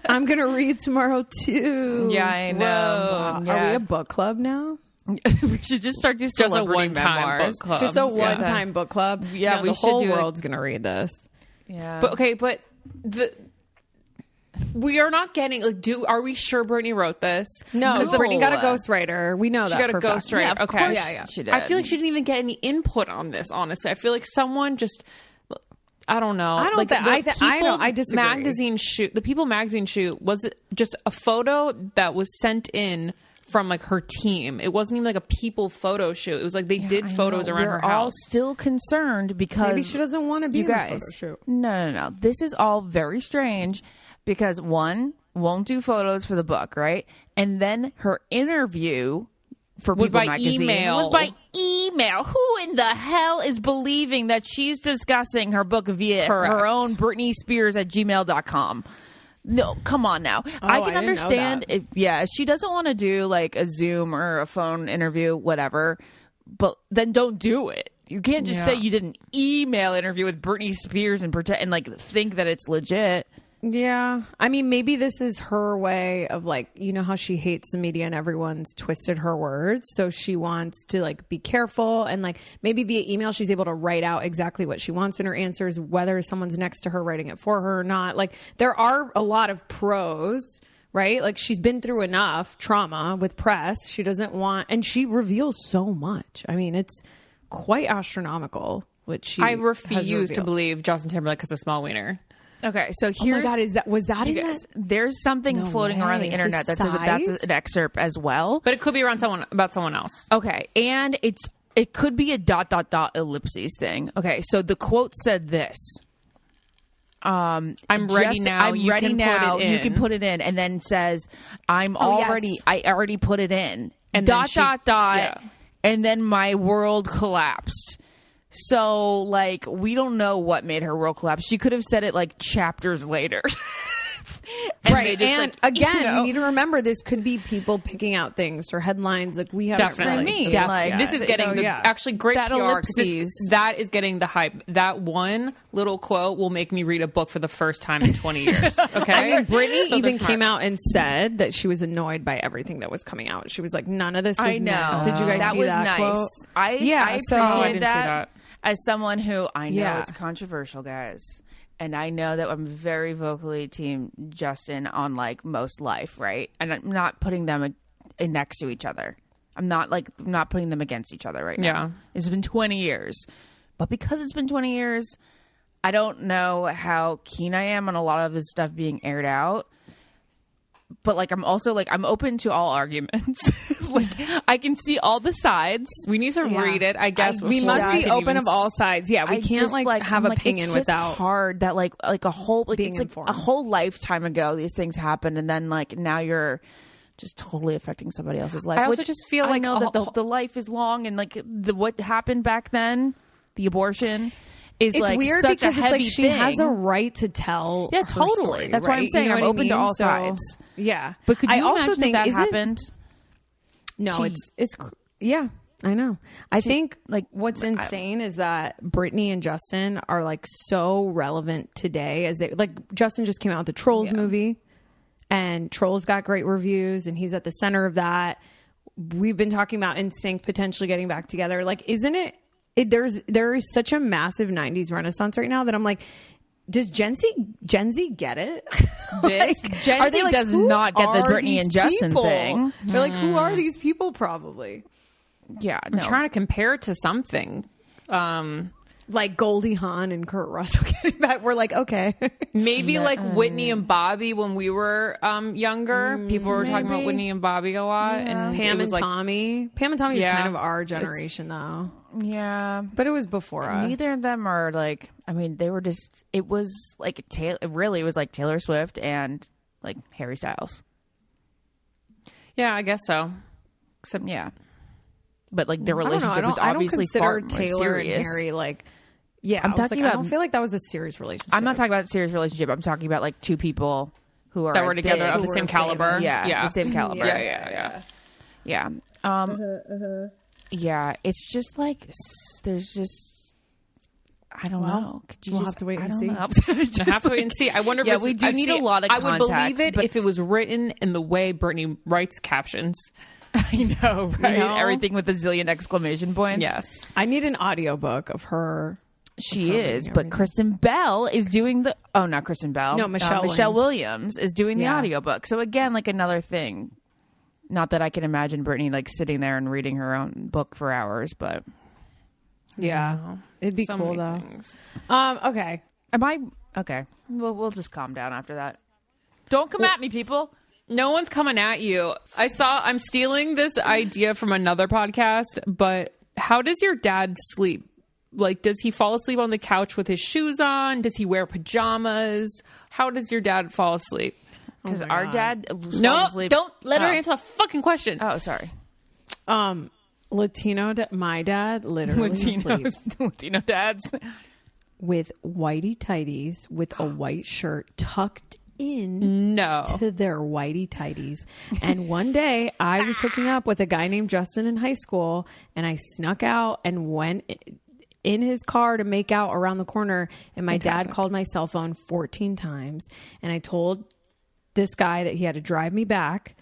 [SPEAKER 1] I'm gonna read tomorrow too.
[SPEAKER 2] yeah, I know.
[SPEAKER 3] Whoa.
[SPEAKER 1] Are
[SPEAKER 2] Yeah.
[SPEAKER 1] we a book club now?
[SPEAKER 2] we should just start doing
[SPEAKER 3] Just a
[SPEAKER 2] celebrity
[SPEAKER 3] one-time
[SPEAKER 2] memoirs.
[SPEAKER 3] book club.
[SPEAKER 1] Just a
[SPEAKER 3] Um, yeah.
[SPEAKER 1] one-time book club.
[SPEAKER 2] Yeah,
[SPEAKER 1] No,
[SPEAKER 2] we
[SPEAKER 1] the
[SPEAKER 2] should
[SPEAKER 1] whole
[SPEAKER 2] do it.
[SPEAKER 1] world's gonna read this.
[SPEAKER 2] Yeah.
[SPEAKER 3] But okay, but the we are not getting like do are we sure Brittany wrote this?
[SPEAKER 1] No,
[SPEAKER 3] because
[SPEAKER 1] Brittany
[SPEAKER 3] Brittany
[SPEAKER 1] got a ghostwriter. We know
[SPEAKER 3] she
[SPEAKER 1] that
[SPEAKER 3] got a
[SPEAKER 1] for fact.
[SPEAKER 3] ghostwriter.
[SPEAKER 2] Yeah, of
[SPEAKER 3] okay,
[SPEAKER 2] course Yeah, yeah. she did.
[SPEAKER 3] I feel like she didn't even get any input on this. Honestly, I feel like someone just. I don't know.
[SPEAKER 1] I don't
[SPEAKER 3] like
[SPEAKER 1] thi-
[SPEAKER 3] the
[SPEAKER 1] I thi- I
[SPEAKER 3] People
[SPEAKER 1] don't- I disagree.
[SPEAKER 3] Magazine shoot the People magazine shoot was just a photo that was sent in from like her team. It wasn't even like a People photo shoot. It was like they did photos around
[SPEAKER 2] We're
[SPEAKER 3] her
[SPEAKER 2] all
[SPEAKER 3] house.
[SPEAKER 2] still concerned because
[SPEAKER 1] Maybe she doesn't want to be
[SPEAKER 2] you
[SPEAKER 1] in the
[SPEAKER 2] guys.
[SPEAKER 1] photo shoot.
[SPEAKER 2] No, no, no. This is all very strange because one won't do photos for the book, right? And then her interview for
[SPEAKER 3] Was
[SPEAKER 2] People
[SPEAKER 3] by
[SPEAKER 2] magazine
[SPEAKER 3] email.
[SPEAKER 2] was by email. Who in the hell is believing that she's discussing her book via
[SPEAKER 3] Correct.
[SPEAKER 2] her own Britney Spears at gmail.com? No, come on now. Oh,
[SPEAKER 1] I
[SPEAKER 2] I can
[SPEAKER 1] didn't know
[SPEAKER 2] understand
[SPEAKER 1] that.
[SPEAKER 2] if yeah, if she doesn't want to do like a Zoom or a phone interview, whatever, but then don't do it. You can't just say you did an email interview with Britney Spears and pretend and like think that it's legit.
[SPEAKER 1] Yeah. I mean, maybe this is her way of like, you know how she hates the media and everyone's twisted her words. So she wants to like be careful and like maybe via email she's able to write out exactly what she wants in her answers, whether someone's next to her writing it for her or not. Like there are a lot of pros. Right? Like she's been through enough trauma with press. She doesn't want, and she reveals so much. I mean, it's quite astronomical. Which she
[SPEAKER 3] I
[SPEAKER 1] has
[SPEAKER 3] refuse to
[SPEAKER 1] revealed.
[SPEAKER 3] believe Justin Timberlake has a small wiener.
[SPEAKER 2] Okay, so
[SPEAKER 1] Oh my
[SPEAKER 2] here's
[SPEAKER 1] God, is that was that in
[SPEAKER 2] you
[SPEAKER 1] that
[SPEAKER 2] guys, there's something
[SPEAKER 1] No
[SPEAKER 2] floating around the
[SPEAKER 1] way.
[SPEAKER 2] internet
[SPEAKER 1] His
[SPEAKER 2] that says that that's
[SPEAKER 1] size?
[SPEAKER 2] an excerpt as well.
[SPEAKER 3] But it could be around someone about someone else.
[SPEAKER 2] Okay, and it's it could be a dot dot dot ellipses thing. Okay, so the quote said this. Um,
[SPEAKER 3] I'm ready now.
[SPEAKER 2] I'm
[SPEAKER 3] You
[SPEAKER 2] ready
[SPEAKER 3] can put it
[SPEAKER 2] now. you can
[SPEAKER 3] in. Oh,
[SPEAKER 2] put it in, and then says, "I'm
[SPEAKER 1] yes.
[SPEAKER 2] already. I already put it in."
[SPEAKER 3] And then
[SPEAKER 2] dot
[SPEAKER 3] she-
[SPEAKER 2] dot dot,
[SPEAKER 3] yeah.
[SPEAKER 2] and then my world collapsed. So like we don't know what made her world collapse. She could have said it like chapters later. And they
[SPEAKER 1] right
[SPEAKER 2] just,
[SPEAKER 1] and
[SPEAKER 2] like, you
[SPEAKER 1] again
[SPEAKER 2] know.
[SPEAKER 1] we need to remember this could be people picking out things or headlines like we have
[SPEAKER 3] Definitely.
[SPEAKER 2] mean,
[SPEAKER 3] Definitely.
[SPEAKER 2] like,
[SPEAKER 3] this is
[SPEAKER 2] so,
[SPEAKER 3] getting the,
[SPEAKER 2] yeah.
[SPEAKER 3] actually great
[SPEAKER 2] That
[SPEAKER 3] PR. 'cause this-
[SPEAKER 2] ellipses.
[SPEAKER 3] that is getting the hype. That one little quote will make me read a book for the first time in 20 years. Okay.
[SPEAKER 1] I mean, Brittany
[SPEAKER 3] So they're
[SPEAKER 1] even
[SPEAKER 3] smart.
[SPEAKER 1] came out and said that she was annoyed by everything that was coming out. She was like, "None of this was
[SPEAKER 2] I know.
[SPEAKER 1] meant. Did you guys
[SPEAKER 2] that
[SPEAKER 1] see
[SPEAKER 2] was
[SPEAKER 1] that
[SPEAKER 2] nice.
[SPEAKER 1] quote?
[SPEAKER 2] I
[SPEAKER 1] yeah,
[SPEAKER 2] I
[SPEAKER 1] so
[SPEAKER 2] appreciate
[SPEAKER 3] I didn't see
[SPEAKER 2] that,
[SPEAKER 3] that.
[SPEAKER 2] as someone who I know
[SPEAKER 1] Yeah.
[SPEAKER 2] it's controversial, guys, and I know that I'm very vocally team Justin on like most life, right? And I'm not putting them a- a- next to each other. I'm not like I'm not putting them against each other right now.
[SPEAKER 3] Yeah.
[SPEAKER 2] it's been 20 years, but because it's been 20 years, I don't know how keen I am on a lot of this stuff being aired out but like I'm also like I'm open to all arguments. like I can see all the sides.
[SPEAKER 3] We need to read it, I guess.
[SPEAKER 1] we
[SPEAKER 3] before
[SPEAKER 1] must
[SPEAKER 3] we
[SPEAKER 1] be
[SPEAKER 3] can
[SPEAKER 1] open
[SPEAKER 3] even
[SPEAKER 1] of all sides. Yeah, we
[SPEAKER 2] I
[SPEAKER 1] can't
[SPEAKER 2] just,
[SPEAKER 1] like, have
[SPEAKER 2] I'm,
[SPEAKER 1] an opinion
[SPEAKER 2] it's just
[SPEAKER 1] without.
[SPEAKER 2] hard that like like a whole like,
[SPEAKER 1] being
[SPEAKER 2] it's, like,
[SPEAKER 1] informed.
[SPEAKER 2] a whole lifetime ago these things happened and then like now you're just totally affecting somebody else's life.
[SPEAKER 3] I also
[SPEAKER 2] which
[SPEAKER 3] just feel
[SPEAKER 2] I
[SPEAKER 3] like
[SPEAKER 2] know
[SPEAKER 3] a
[SPEAKER 2] that the,
[SPEAKER 3] whole-
[SPEAKER 2] the life is long and like the what happened back then, the abortion, is
[SPEAKER 1] it's
[SPEAKER 2] like
[SPEAKER 1] weird
[SPEAKER 2] such
[SPEAKER 1] because
[SPEAKER 2] a
[SPEAKER 1] it's
[SPEAKER 2] heavy
[SPEAKER 1] like she
[SPEAKER 2] thing.
[SPEAKER 1] has a right to tell.
[SPEAKER 2] Yeah,
[SPEAKER 1] her
[SPEAKER 2] totally.
[SPEAKER 1] story,
[SPEAKER 2] That's why I'm
[SPEAKER 1] right? You
[SPEAKER 2] saying
[SPEAKER 1] know
[SPEAKER 2] I'm
[SPEAKER 1] what I
[SPEAKER 2] open to
[SPEAKER 1] mean?
[SPEAKER 2] all
[SPEAKER 1] So-
[SPEAKER 2] sides.
[SPEAKER 1] Yeah,
[SPEAKER 2] but could you
[SPEAKER 1] I also
[SPEAKER 2] imagine
[SPEAKER 1] think
[SPEAKER 2] if that
[SPEAKER 1] isn't-
[SPEAKER 2] happened?
[SPEAKER 1] No,
[SPEAKER 2] to-
[SPEAKER 1] it's it's cr- yeah, I know. I think like what's insane is that Brittany and Justin are like so relevant today as they like Justin just came out with the Trolls movie and Trolls got great reviews and he's at the center of that. We've been talking about NSYNC potentially getting back together. Like isn't it, it there's there is such a massive 90s renaissance right now that I'm like does Gen Z Gen Z get it?
[SPEAKER 2] This? Gen Z does
[SPEAKER 1] who
[SPEAKER 2] not get the
[SPEAKER 1] are
[SPEAKER 2] Britney
[SPEAKER 1] these
[SPEAKER 2] and Justin
[SPEAKER 1] people?
[SPEAKER 2] thing. Mm.
[SPEAKER 1] They're like, who are these people? Probably
[SPEAKER 2] Yeah,
[SPEAKER 3] I'm
[SPEAKER 2] no.
[SPEAKER 3] trying to compare it to something. Um,
[SPEAKER 1] like Goldie Hawn and Kurt Russell getting back. We're like, okay,
[SPEAKER 3] maybe like Whitney and Bobby when we were um, younger. People were talking about Whitney and Bobby a lot, and it
[SPEAKER 1] Pam
[SPEAKER 3] was
[SPEAKER 1] and
[SPEAKER 3] like,
[SPEAKER 1] Tommy. Pam and Tommy
[SPEAKER 3] Yeah.
[SPEAKER 1] is kind of our generation though,
[SPEAKER 2] yeah,
[SPEAKER 1] but it was before us.
[SPEAKER 2] neither of them are like. I mean, they were just. It was like Taylor. Really, it was like Taylor Swift and like Harry Styles.
[SPEAKER 3] Yeah, I guess so. Except
[SPEAKER 2] Yeah, but like their
[SPEAKER 1] I don't know. I
[SPEAKER 2] relationship
[SPEAKER 1] don't,
[SPEAKER 2] was
[SPEAKER 1] I don't
[SPEAKER 2] obviously
[SPEAKER 1] consider
[SPEAKER 2] far more
[SPEAKER 1] Taylor and
[SPEAKER 2] serious.
[SPEAKER 1] Harry like. Yeah, I'm I
[SPEAKER 2] I'm
[SPEAKER 1] was like,
[SPEAKER 2] talking
[SPEAKER 1] I
[SPEAKER 2] about-
[SPEAKER 1] don't feel like that was a serious relationship.
[SPEAKER 2] I'm not talking about a serious relationship. I'm talking about like two people who are
[SPEAKER 3] that were
[SPEAKER 2] as
[SPEAKER 3] together
[SPEAKER 2] big.
[SPEAKER 3] of the same caliber.
[SPEAKER 2] Yeah,
[SPEAKER 3] yeah,
[SPEAKER 2] the same caliber.
[SPEAKER 3] Yeah, yeah, yeah.
[SPEAKER 2] Yeah. Um,
[SPEAKER 1] Uh-huh,
[SPEAKER 2] Yeah, it's just like s- there's just I don't know. Could you
[SPEAKER 1] we'll
[SPEAKER 2] just,
[SPEAKER 1] have to wait
[SPEAKER 2] I
[SPEAKER 1] and
[SPEAKER 2] don't
[SPEAKER 1] see.
[SPEAKER 2] know.
[SPEAKER 3] I
[SPEAKER 2] Just
[SPEAKER 3] have to
[SPEAKER 2] like-
[SPEAKER 3] wait and see. I wonder.
[SPEAKER 2] Yeah,
[SPEAKER 3] if it's,
[SPEAKER 2] we do
[SPEAKER 3] I
[SPEAKER 2] need
[SPEAKER 3] see,
[SPEAKER 2] a lot of
[SPEAKER 3] I would
[SPEAKER 2] context,
[SPEAKER 3] believe it
[SPEAKER 2] but-
[SPEAKER 3] if it was written in the way Brittany writes captions.
[SPEAKER 2] I know, right?
[SPEAKER 3] You know?
[SPEAKER 2] Everything with a zillion exclamation points.
[SPEAKER 3] Yes,
[SPEAKER 1] I need an audiobook of her.
[SPEAKER 2] she is. But Kristen Bell is doing the oh, not Kristen Bell.
[SPEAKER 1] No,
[SPEAKER 2] Uh,
[SPEAKER 1] Michelle
[SPEAKER 2] Michelle Williams is doing the
[SPEAKER 1] Yeah.
[SPEAKER 2] audiobook. So again, like another thing. Not that I can imagine Brittany like sitting there and reading her own book for hours, but
[SPEAKER 1] Yeah, it'd be
[SPEAKER 3] so
[SPEAKER 1] cool
[SPEAKER 3] many
[SPEAKER 1] though.
[SPEAKER 3] things.
[SPEAKER 1] Um, okay,
[SPEAKER 2] am I okay? Well, we'll just calm down after that. Don't come at me, people.
[SPEAKER 3] No one's coming at you. I saw. I'm stealing this idea from another podcast. But how does your dad sleep? Like, does he fall asleep on the couch with his shoes on? Does he wear pajamas? How does your dad fall asleep?
[SPEAKER 1] Oh
[SPEAKER 2] Because our dad falls
[SPEAKER 3] No,
[SPEAKER 2] asleep-
[SPEAKER 3] don't let her
[SPEAKER 2] Oh.
[SPEAKER 3] answer the fucking question.
[SPEAKER 2] Oh, sorry.
[SPEAKER 1] um, Latino. Da- my dad literally sleeps
[SPEAKER 2] Latinos, Latino dads.
[SPEAKER 1] with whitey tighties with a white shirt tucked in
[SPEAKER 3] no.
[SPEAKER 1] to their whitey tighties. And one day I was hooking up with a guy named Justin in high school and I snuck out and went i- in his car to make out around the corner and my dad called my cell phone 14 times and I told this guy that he had to drive me back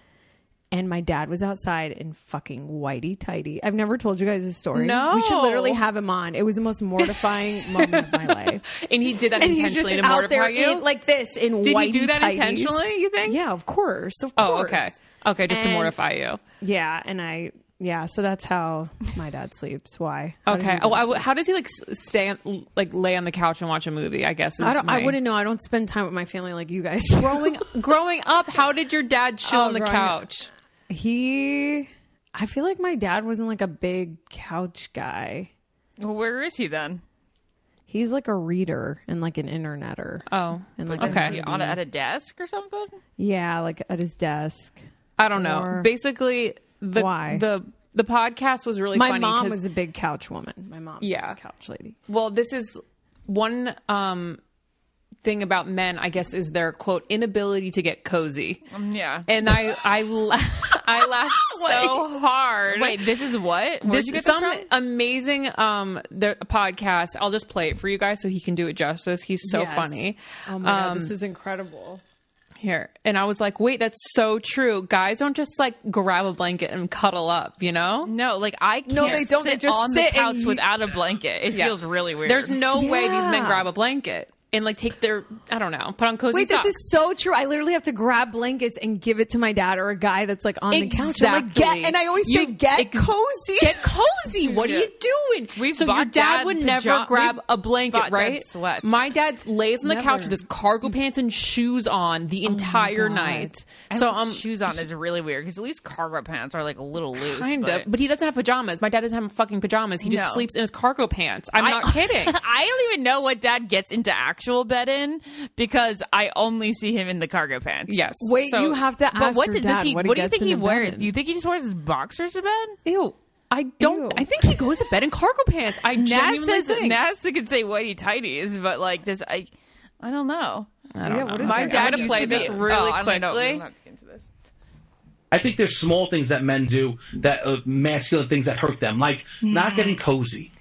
[SPEAKER 1] and my dad was outside in fucking whitey tighty. I've never told you guys this story. We should
[SPEAKER 3] No.
[SPEAKER 1] literally have him on. It was the most mortifying moment of my life.
[SPEAKER 3] And he did that
[SPEAKER 1] And he's just
[SPEAKER 3] intentionally to
[SPEAKER 1] out
[SPEAKER 3] mortify
[SPEAKER 1] there
[SPEAKER 3] you?
[SPEAKER 1] in, like this in
[SPEAKER 3] Did
[SPEAKER 1] whitey
[SPEAKER 3] he do that
[SPEAKER 1] tighties.
[SPEAKER 3] intentionally, you think?
[SPEAKER 1] Yeah, of course. Of
[SPEAKER 3] Oh,
[SPEAKER 1] course.
[SPEAKER 3] okay. Okay, just to
[SPEAKER 1] And-
[SPEAKER 3] mortify you.
[SPEAKER 1] Yeah, and I yeah, so that's how my dad sleeps. Why? How does
[SPEAKER 3] Okay.
[SPEAKER 1] your
[SPEAKER 3] Oh,
[SPEAKER 1] dad
[SPEAKER 3] I
[SPEAKER 1] sleep?
[SPEAKER 3] w- how does he like s- stay on, like lay on the couch and watch a movie? I guess. is
[SPEAKER 1] I don't. I
[SPEAKER 3] my-
[SPEAKER 1] wouldn't know. I don't spend time with my family like you guys.
[SPEAKER 3] Growing growing up, how did your dad chill
[SPEAKER 1] Oh,
[SPEAKER 3] on the
[SPEAKER 1] growing up.
[SPEAKER 3] couch?
[SPEAKER 1] he, I feel like my dad wasn't like a big couch guy.
[SPEAKER 2] Well, where is he then?
[SPEAKER 1] He's like a reader and like an internetter.
[SPEAKER 3] Oh,
[SPEAKER 1] and like
[SPEAKER 3] okay.
[SPEAKER 1] a
[SPEAKER 2] Is he on a, at a desk or something?
[SPEAKER 1] yeah, like at his desk.
[SPEAKER 3] I don't know.
[SPEAKER 1] Or-
[SPEAKER 3] Basically, the
[SPEAKER 1] Why?
[SPEAKER 3] the the podcast was really
[SPEAKER 1] My
[SPEAKER 3] funny
[SPEAKER 1] mom
[SPEAKER 3] 'cause-
[SPEAKER 1] was a big couch woman. My mom's yeah.
[SPEAKER 3] Yeah.
[SPEAKER 1] a big couch lady.
[SPEAKER 3] well this is one um thing about men i guess is their quote inability to get cozy
[SPEAKER 2] yeah.
[SPEAKER 3] and i i la- i laughed so hard
[SPEAKER 2] Wait, this is what? Where'd
[SPEAKER 3] this
[SPEAKER 2] you get
[SPEAKER 3] some
[SPEAKER 2] this from?
[SPEAKER 3] amazing um the podcast i'll just play it for you guys so he can do it justice he's so
[SPEAKER 1] Yes.
[SPEAKER 3] funny
[SPEAKER 1] Oh my god, this is incredible.
[SPEAKER 3] here and i was like wait that's so true guys don't just like grab a blanket and cuddle up you know
[SPEAKER 2] No, like I can't
[SPEAKER 1] No, they don't. They
[SPEAKER 2] sit
[SPEAKER 1] just
[SPEAKER 2] on
[SPEAKER 1] sit
[SPEAKER 2] the
[SPEAKER 1] and
[SPEAKER 2] couch
[SPEAKER 1] you-
[SPEAKER 2] without a blanket. It
[SPEAKER 3] Yeah.
[SPEAKER 2] feels really weird.
[SPEAKER 3] there's no way these men
[SPEAKER 1] Yeah.
[SPEAKER 3] grab a blanket and like take their i don't know put on cozy
[SPEAKER 1] Wait, this
[SPEAKER 3] socks.
[SPEAKER 1] is so true. I literally have to grab blankets and give it to my dad or a guy that's like on the couch. I'm like, get,
[SPEAKER 3] Exactly.
[SPEAKER 1] and I always say,
[SPEAKER 3] You-
[SPEAKER 1] get
[SPEAKER 3] ex-
[SPEAKER 1] cozy.
[SPEAKER 3] Get cozy. What are
[SPEAKER 2] Yeah.
[SPEAKER 3] you doing?
[SPEAKER 2] We've
[SPEAKER 3] so your
[SPEAKER 2] bought
[SPEAKER 3] dad,
[SPEAKER 2] dad
[SPEAKER 3] would
[SPEAKER 2] pajama-
[SPEAKER 3] never grab
[SPEAKER 2] we've
[SPEAKER 3] a blanket,
[SPEAKER 2] bought dad
[SPEAKER 3] right?
[SPEAKER 2] sweats.
[SPEAKER 3] My dad lays on the couch
[SPEAKER 1] Never. Oh
[SPEAKER 3] with his cargo pants and shoes on the entire night.
[SPEAKER 2] I
[SPEAKER 3] so
[SPEAKER 2] think
[SPEAKER 3] um,
[SPEAKER 2] shoes on is really weird because at least cargo pants are like a little loose.
[SPEAKER 3] kind
[SPEAKER 2] but...
[SPEAKER 3] of, but he doesn't have pajamas. My dad doesn't have fucking pajamas. He just
[SPEAKER 2] No.
[SPEAKER 3] sleeps in his cargo pants. I'm not kidding.
[SPEAKER 2] I don't even know what dad gets into actual bed in because I only see him in the cargo pants.
[SPEAKER 3] Yes.
[SPEAKER 1] Wait,
[SPEAKER 3] So-
[SPEAKER 1] you have to ask
[SPEAKER 2] But what
[SPEAKER 1] your
[SPEAKER 2] did,
[SPEAKER 1] dad
[SPEAKER 2] does he?
[SPEAKER 1] what,
[SPEAKER 2] What,
[SPEAKER 1] he
[SPEAKER 2] do you
[SPEAKER 1] gets
[SPEAKER 2] think
[SPEAKER 1] in
[SPEAKER 2] he
[SPEAKER 1] the
[SPEAKER 2] wears?
[SPEAKER 1] bed.
[SPEAKER 2] Do you think he just wears his boxers to bed?
[SPEAKER 3] Ew. I don't.
[SPEAKER 1] Ew.
[SPEAKER 3] I think he goes to bed in cargo pants. I
[SPEAKER 2] Naz
[SPEAKER 3] genuinely
[SPEAKER 2] says
[SPEAKER 3] think.
[SPEAKER 2] Naz can say whitey tighties, but like this, I, I don't know.
[SPEAKER 3] I don't
[SPEAKER 1] Yeah,
[SPEAKER 3] know.
[SPEAKER 1] what is
[SPEAKER 3] My
[SPEAKER 1] that?
[SPEAKER 3] dad
[SPEAKER 1] I'm
[SPEAKER 3] gonna
[SPEAKER 2] used
[SPEAKER 3] play
[SPEAKER 2] to be-
[SPEAKER 3] this really
[SPEAKER 2] oh, I don't know. We
[SPEAKER 3] quickly.
[SPEAKER 2] don't have to get into this.
[SPEAKER 6] I think there's small things that men do that uh, masculine things that hurt them, like
[SPEAKER 2] Mm-hmm.
[SPEAKER 6] not getting cozy.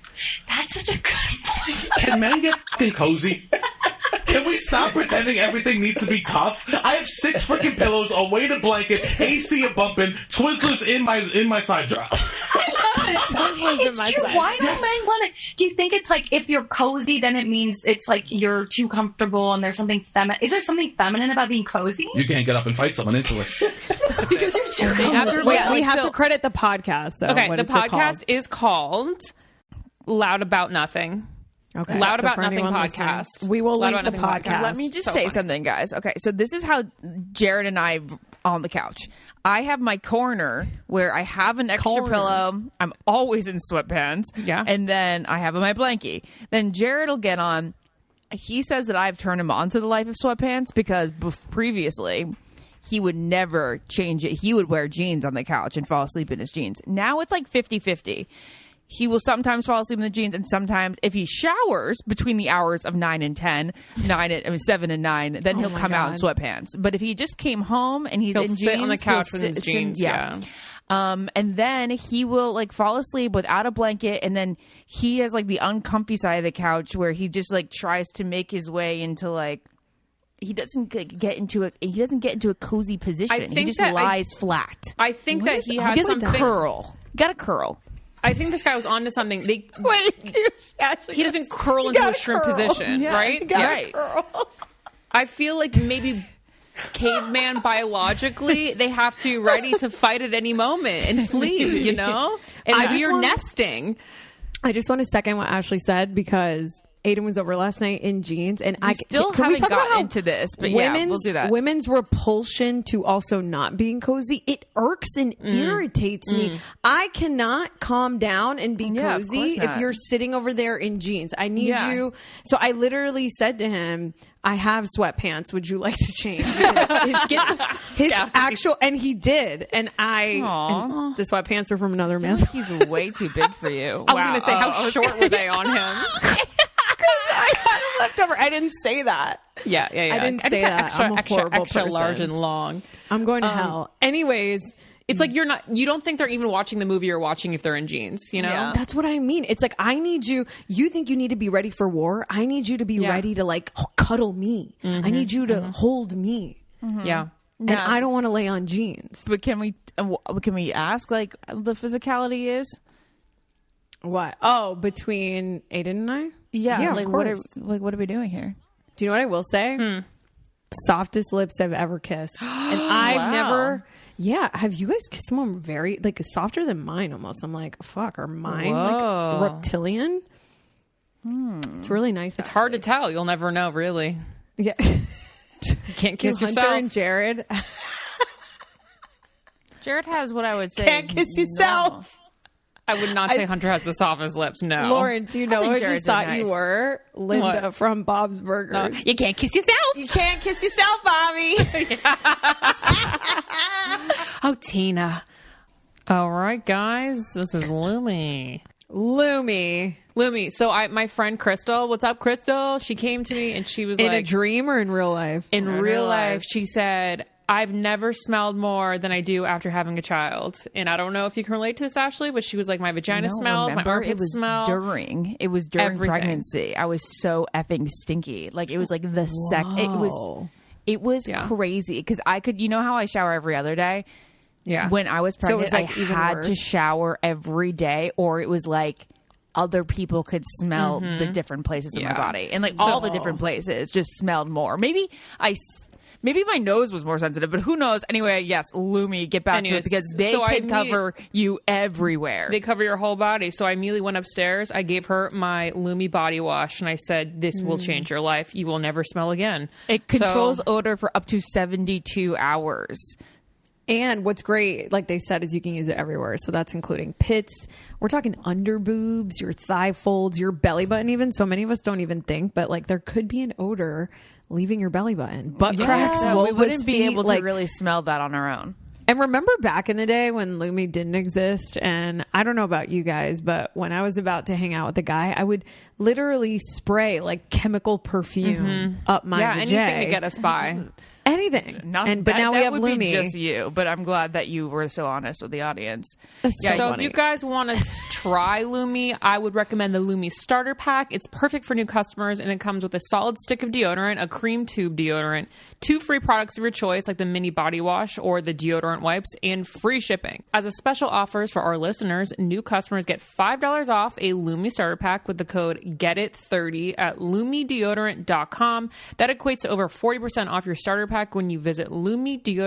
[SPEAKER 5] That's such a good point.
[SPEAKER 6] Can men get fucking cozy? Can we stop pretending everything needs to be tough? I have six freaking pillows, a weighted blanket, AC a bumping, Twizzlers in my in my side drop.
[SPEAKER 5] it's
[SPEAKER 1] my
[SPEAKER 5] true.
[SPEAKER 1] side.
[SPEAKER 5] Why do
[SPEAKER 6] Yes.
[SPEAKER 5] men want to? Do you think it's like if you're cozy, then it means it's like you're too comfortable and there's something feminine? Is there something feminine about being cozy?
[SPEAKER 6] You can't get up and fight someone instantly.
[SPEAKER 5] because you're jerking.
[SPEAKER 3] After-
[SPEAKER 1] Wait,
[SPEAKER 3] yeah,
[SPEAKER 1] we
[SPEAKER 3] like,
[SPEAKER 1] have
[SPEAKER 3] so-
[SPEAKER 1] to credit the podcast. So
[SPEAKER 3] Okay,
[SPEAKER 1] what
[SPEAKER 3] the
[SPEAKER 1] is it called?
[SPEAKER 3] podcast is called Loud About Nothing.
[SPEAKER 1] Okay,
[SPEAKER 3] Loud
[SPEAKER 1] so
[SPEAKER 3] About
[SPEAKER 1] for
[SPEAKER 3] Nothing
[SPEAKER 1] anyone listening,
[SPEAKER 3] podcast.
[SPEAKER 1] We will
[SPEAKER 3] Loud
[SPEAKER 1] link
[SPEAKER 3] About
[SPEAKER 1] the
[SPEAKER 3] Nothing podcast.
[SPEAKER 1] podcast.
[SPEAKER 3] It's
[SPEAKER 2] Let me just
[SPEAKER 3] so
[SPEAKER 2] say
[SPEAKER 3] funny.
[SPEAKER 2] something, guys. Okay, so this is how Jared and I v- on the couch. I have my corner where I have an extra
[SPEAKER 1] Corner.
[SPEAKER 2] pillow. I'm always in sweatpants.
[SPEAKER 3] Yeah.
[SPEAKER 2] and then I have my blankie. Then Jared will get on. He says that I've turned him on to the life of sweatpants because bef- previously he would never change it. He would wear jeans on the couch and fall asleep in his jeans. Now it's like 50 50. He will sometimes fall asleep in the jeans, and sometimes if he showers between the hours of 9 and 10, 9 at, I mean, 7 and 9, then he'll come out in sweatpants. But if he just came home and he's
[SPEAKER 3] Oh He'll
[SPEAKER 2] in
[SPEAKER 3] sit
[SPEAKER 2] jeans,
[SPEAKER 3] on the
[SPEAKER 2] he'll
[SPEAKER 3] couch with
[SPEAKER 2] sit-
[SPEAKER 3] his
[SPEAKER 2] sit in-
[SPEAKER 3] jeans, yeah.
[SPEAKER 2] um, and then he will like fall asleep without a blanket, and then he has like the uncomfy side of the couch where he just like tries to make his way into like he doesn't like, get into a he doesn't get into a cozy position. he
[SPEAKER 3] think
[SPEAKER 2] just
[SPEAKER 3] that I-
[SPEAKER 2] lies flat.
[SPEAKER 3] I think that he
[SPEAKER 2] he
[SPEAKER 3] has
[SPEAKER 2] doesn't
[SPEAKER 3] something.
[SPEAKER 2] curl. Got to curl.
[SPEAKER 3] I think this guy was onto something. They,
[SPEAKER 2] Wait,
[SPEAKER 3] he doesn't curl into a shrimp position, right? Yeah.
[SPEAKER 2] right.
[SPEAKER 3] I feel like maybe caveman biologically they have to be ready to fight at any moment and flee, you know? And
[SPEAKER 1] I
[SPEAKER 3] maybe
[SPEAKER 1] just
[SPEAKER 3] you're
[SPEAKER 1] wanna-
[SPEAKER 3] nesting.
[SPEAKER 1] I just want to second what Ashley said because Aiden was over last night in jeans, and I
[SPEAKER 2] still
[SPEAKER 1] can we
[SPEAKER 2] haven't
[SPEAKER 1] talk about
[SPEAKER 2] gotten
[SPEAKER 1] how
[SPEAKER 2] into this, but yeah, we'll
[SPEAKER 1] women's,
[SPEAKER 2] do that.
[SPEAKER 1] Women's repulsion to also not being cozy it irks and
[SPEAKER 2] Mm.
[SPEAKER 1] irritates me. I cannot calm down and be
[SPEAKER 2] Yeah, of course
[SPEAKER 1] cozy if
[SPEAKER 2] not.
[SPEAKER 1] you're sitting over there in jeans. I need
[SPEAKER 2] Yeah.
[SPEAKER 1] you. So I literally said to him. I have sweatpants. Would you like to change? Because His, his actual, and he did, and I.
[SPEAKER 2] Aw.
[SPEAKER 1] and the sweatpants are from another man.
[SPEAKER 2] He's way too big for you.
[SPEAKER 3] I was going to say,
[SPEAKER 1] Oh,
[SPEAKER 3] how short were they on him?
[SPEAKER 1] I had a leftover. I didn't say that.
[SPEAKER 3] Yeah, yeah, yeah.
[SPEAKER 1] I didn't
[SPEAKER 3] just
[SPEAKER 1] say
[SPEAKER 3] got
[SPEAKER 1] that.
[SPEAKER 3] Extra,
[SPEAKER 1] I'm a
[SPEAKER 3] extra,
[SPEAKER 1] horrible
[SPEAKER 3] extra large
[SPEAKER 1] person.
[SPEAKER 3] and long.
[SPEAKER 1] I'm going to hell. Anyways,
[SPEAKER 3] It's
[SPEAKER 1] Mm.
[SPEAKER 3] like you're not. You don't think they're even watching the movie you're watching if they're in jeans. You know.
[SPEAKER 1] that's what I mean. It's like I need you. You think you need to be ready for war. I need you to be
[SPEAKER 3] Yeah.
[SPEAKER 1] ready to like h- cuddle me. I need you to hold me.
[SPEAKER 3] Yeah.
[SPEAKER 1] And I don't want to lay on jeans.
[SPEAKER 2] But can we uh, w- can we ask like the physicality is?
[SPEAKER 1] What? Oh, between Aiden and I? yeah.
[SPEAKER 2] like
[SPEAKER 1] of
[SPEAKER 2] what are
[SPEAKER 1] course.
[SPEAKER 2] like what are we doing here?
[SPEAKER 1] Do you know what I will say?
[SPEAKER 2] Hmm.
[SPEAKER 1] Softest lips I've ever kissed, and I've never. Yeah, have you guys kissed someone very like softer than mine? Almost, I'm like, fuck, are mine like reptilian?
[SPEAKER 2] Hmm.
[SPEAKER 1] It's really nice.
[SPEAKER 3] It's hard to tell. You'll never know, really.
[SPEAKER 1] Yeah,
[SPEAKER 3] You can't
[SPEAKER 1] Do
[SPEAKER 3] kiss
[SPEAKER 1] Hunter
[SPEAKER 3] yourself.
[SPEAKER 1] and Jared
[SPEAKER 2] Jared has what I would say.
[SPEAKER 1] can't
[SPEAKER 2] is
[SPEAKER 1] kiss yourself.
[SPEAKER 3] I would not say Hunter has the softest lips. No.
[SPEAKER 1] Lauren, do you know
[SPEAKER 2] oh, think
[SPEAKER 1] what you
[SPEAKER 2] Jared's
[SPEAKER 1] thought
[SPEAKER 2] nice.
[SPEAKER 1] you were? Linda
[SPEAKER 3] What?
[SPEAKER 1] from Bob's Burgers.
[SPEAKER 3] Uh, you can't kiss yourself.
[SPEAKER 1] You can't kiss yourself, Bobby.
[SPEAKER 3] Oh, Tina. All right, guys. This is Lumi.
[SPEAKER 1] Loomy
[SPEAKER 3] Lumi. So I, my friend Crystal. What's up, Crystal? She came to me and she was
[SPEAKER 1] in
[SPEAKER 3] like,
[SPEAKER 1] a dream or in real life?
[SPEAKER 3] in real life, she said, I've never smelled more than I do after having a child. And I don't know if you can relate to this, Ashley, but she was like, My vagina smells, my
[SPEAKER 2] remember,
[SPEAKER 3] armpits
[SPEAKER 2] it was
[SPEAKER 3] smell.
[SPEAKER 2] during it was during
[SPEAKER 3] Everything.
[SPEAKER 2] pregnancy. I was so effing stinky. Like it was like the sec. It was it was
[SPEAKER 3] Yeah.
[SPEAKER 2] crazy because I could. You know how I shower every other day.
[SPEAKER 3] yeah.
[SPEAKER 2] When I was
[SPEAKER 1] So it
[SPEAKER 2] pregnant,
[SPEAKER 1] was, like,
[SPEAKER 2] I
[SPEAKER 1] even
[SPEAKER 2] had to
[SPEAKER 1] worse.
[SPEAKER 2] shower every day, or it was like other people could smell the different places in my
[SPEAKER 3] Mm-hmm. Yeah.
[SPEAKER 2] body, and like all the different places just smelled more. Maybe I. s- Maybe my nose was more sensitive, but who knows? Anyway, yes, Lumi, get back
[SPEAKER 3] Anyways,
[SPEAKER 2] to it because they
[SPEAKER 3] so I
[SPEAKER 2] can
[SPEAKER 3] immedi-
[SPEAKER 2] cover you everywhere.
[SPEAKER 3] they cover your whole body. So I immediately went upstairs. I gave her my Lumi body wash and I said, This will change your life. You will never smell again.
[SPEAKER 2] Mm. It
[SPEAKER 3] So-
[SPEAKER 2] controls odor for up to 72 hours.
[SPEAKER 1] And what's great, like they said, is you can use it everywhere. So that's including pits. We're talking under boobs, your thigh folds, your belly button, even. So many of us don't even think, but like there could be an odor leaving your belly button. Butt cracks,
[SPEAKER 2] Yeah,
[SPEAKER 1] vulvas,
[SPEAKER 2] we wouldn't be
[SPEAKER 1] feet,
[SPEAKER 2] able to
[SPEAKER 1] like,
[SPEAKER 2] really smell that on our own.
[SPEAKER 1] And remember back in the day when Lumi didn't exist, and I don't know about you guys, but when I was about to hang out with a guy, I would literally spray like chemical perfume
[SPEAKER 2] Mm-hmm.
[SPEAKER 1] up my
[SPEAKER 3] yeah,
[SPEAKER 1] vajay.
[SPEAKER 3] anything to get us by.
[SPEAKER 1] anything.
[SPEAKER 2] Not,
[SPEAKER 1] and but
[SPEAKER 2] that-
[SPEAKER 1] now we have
[SPEAKER 2] that would
[SPEAKER 1] Lumi.
[SPEAKER 2] Be just you, but I'm glad that you were so honest with the audience.
[SPEAKER 1] so
[SPEAKER 3] so
[SPEAKER 1] funny.
[SPEAKER 3] if you guys want to s- try Lumi, I would recommend the Lumi Starter Pack. It's perfect for new customers, and it comes with a solid stick of deodorant, a cream tube deodorant, two free products of your choice, like the mini body wash or the deodorant wipes, and free shipping. As a special offers for our listeners, new customers get five dollars off a Lumi Starter Pack with the code Get It Thirty at LumiDeodorant.com. That equates to over forty percent off your starter pack when you visit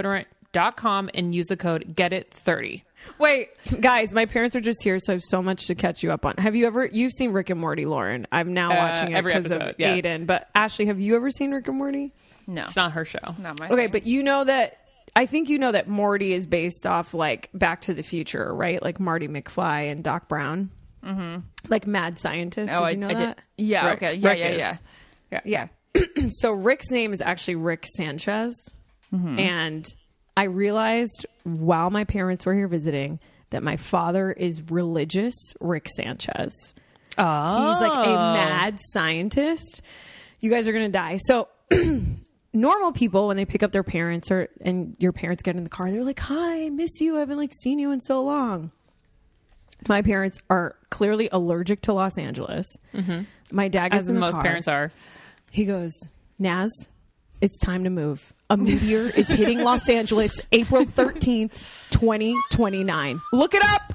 [SPEAKER 3] LumiDeodorant.com and use the code Get It Thirty.
[SPEAKER 1] Wait, guys, my parents are just here, so I have so much to catch you up on. Have you ever you've seen Rick and Morty, Lauren? I'm now watching it
[SPEAKER 3] every
[SPEAKER 1] because of
[SPEAKER 3] episode, yeah.
[SPEAKER 1] Aiden. But Ashley, have you ever seen Rick and Morty?
[SPEAKER 2] No,
[SPEAKER 3] It's not her show.
[SPEAKER 2] not my
[SPEAKER 1] Okay,
[SPEAKER 2] thing.
[SPEAKER 1] but you know that I think you know that Morty is based off like Back to the Future, right? Like Marty McFly and Doc Brown, mm-hmm. like mad scientist.
[SPEAKER 2] Oh,
[SPEAKER 1] did
[SPEAKER 2] I-
[SPEAKER 1] you know
[SPEAKER 2] I did-
[SPEAKER 1] that?
[SPEAKER 2] Yeah.
[SPEAKER 3] Rick-
[SPEAKER 2] okay. Yeah.
[SPEAKER 3] Rick
[SPEAKER 2] yeah.
[SPEAKER 3] is.
[SPEAKER 2] Yeah.
[SPEAKER 1] Yeah. so Rick's name is actually Rick Sanchez.
[SPEAKER 3] Mm-hmm.
[SPEAKER 1] And I realized while my parents were here visiting that my father is religious Rick Sanchez. Oh. He's like a mad scientist. You guys are going to die. So normal people when they pick up their parents or and your parents get in the car, they're like, "Hi, I miss you. I haven't like seen you in so long." My parents are clearly allergic to Los Angeles. My dad gets
[SPEAKER 3] Mm-hmm. As
[SPEAKER 1] in the
[SPEAKER 3] most
[SPEAKER 1] car.
[SPEAKER 3] parents are.
[SPEAKER 1] He goes, Naz, it's time to move. A meteor is hitting Los Angeles April 13th, 2029. Look it up.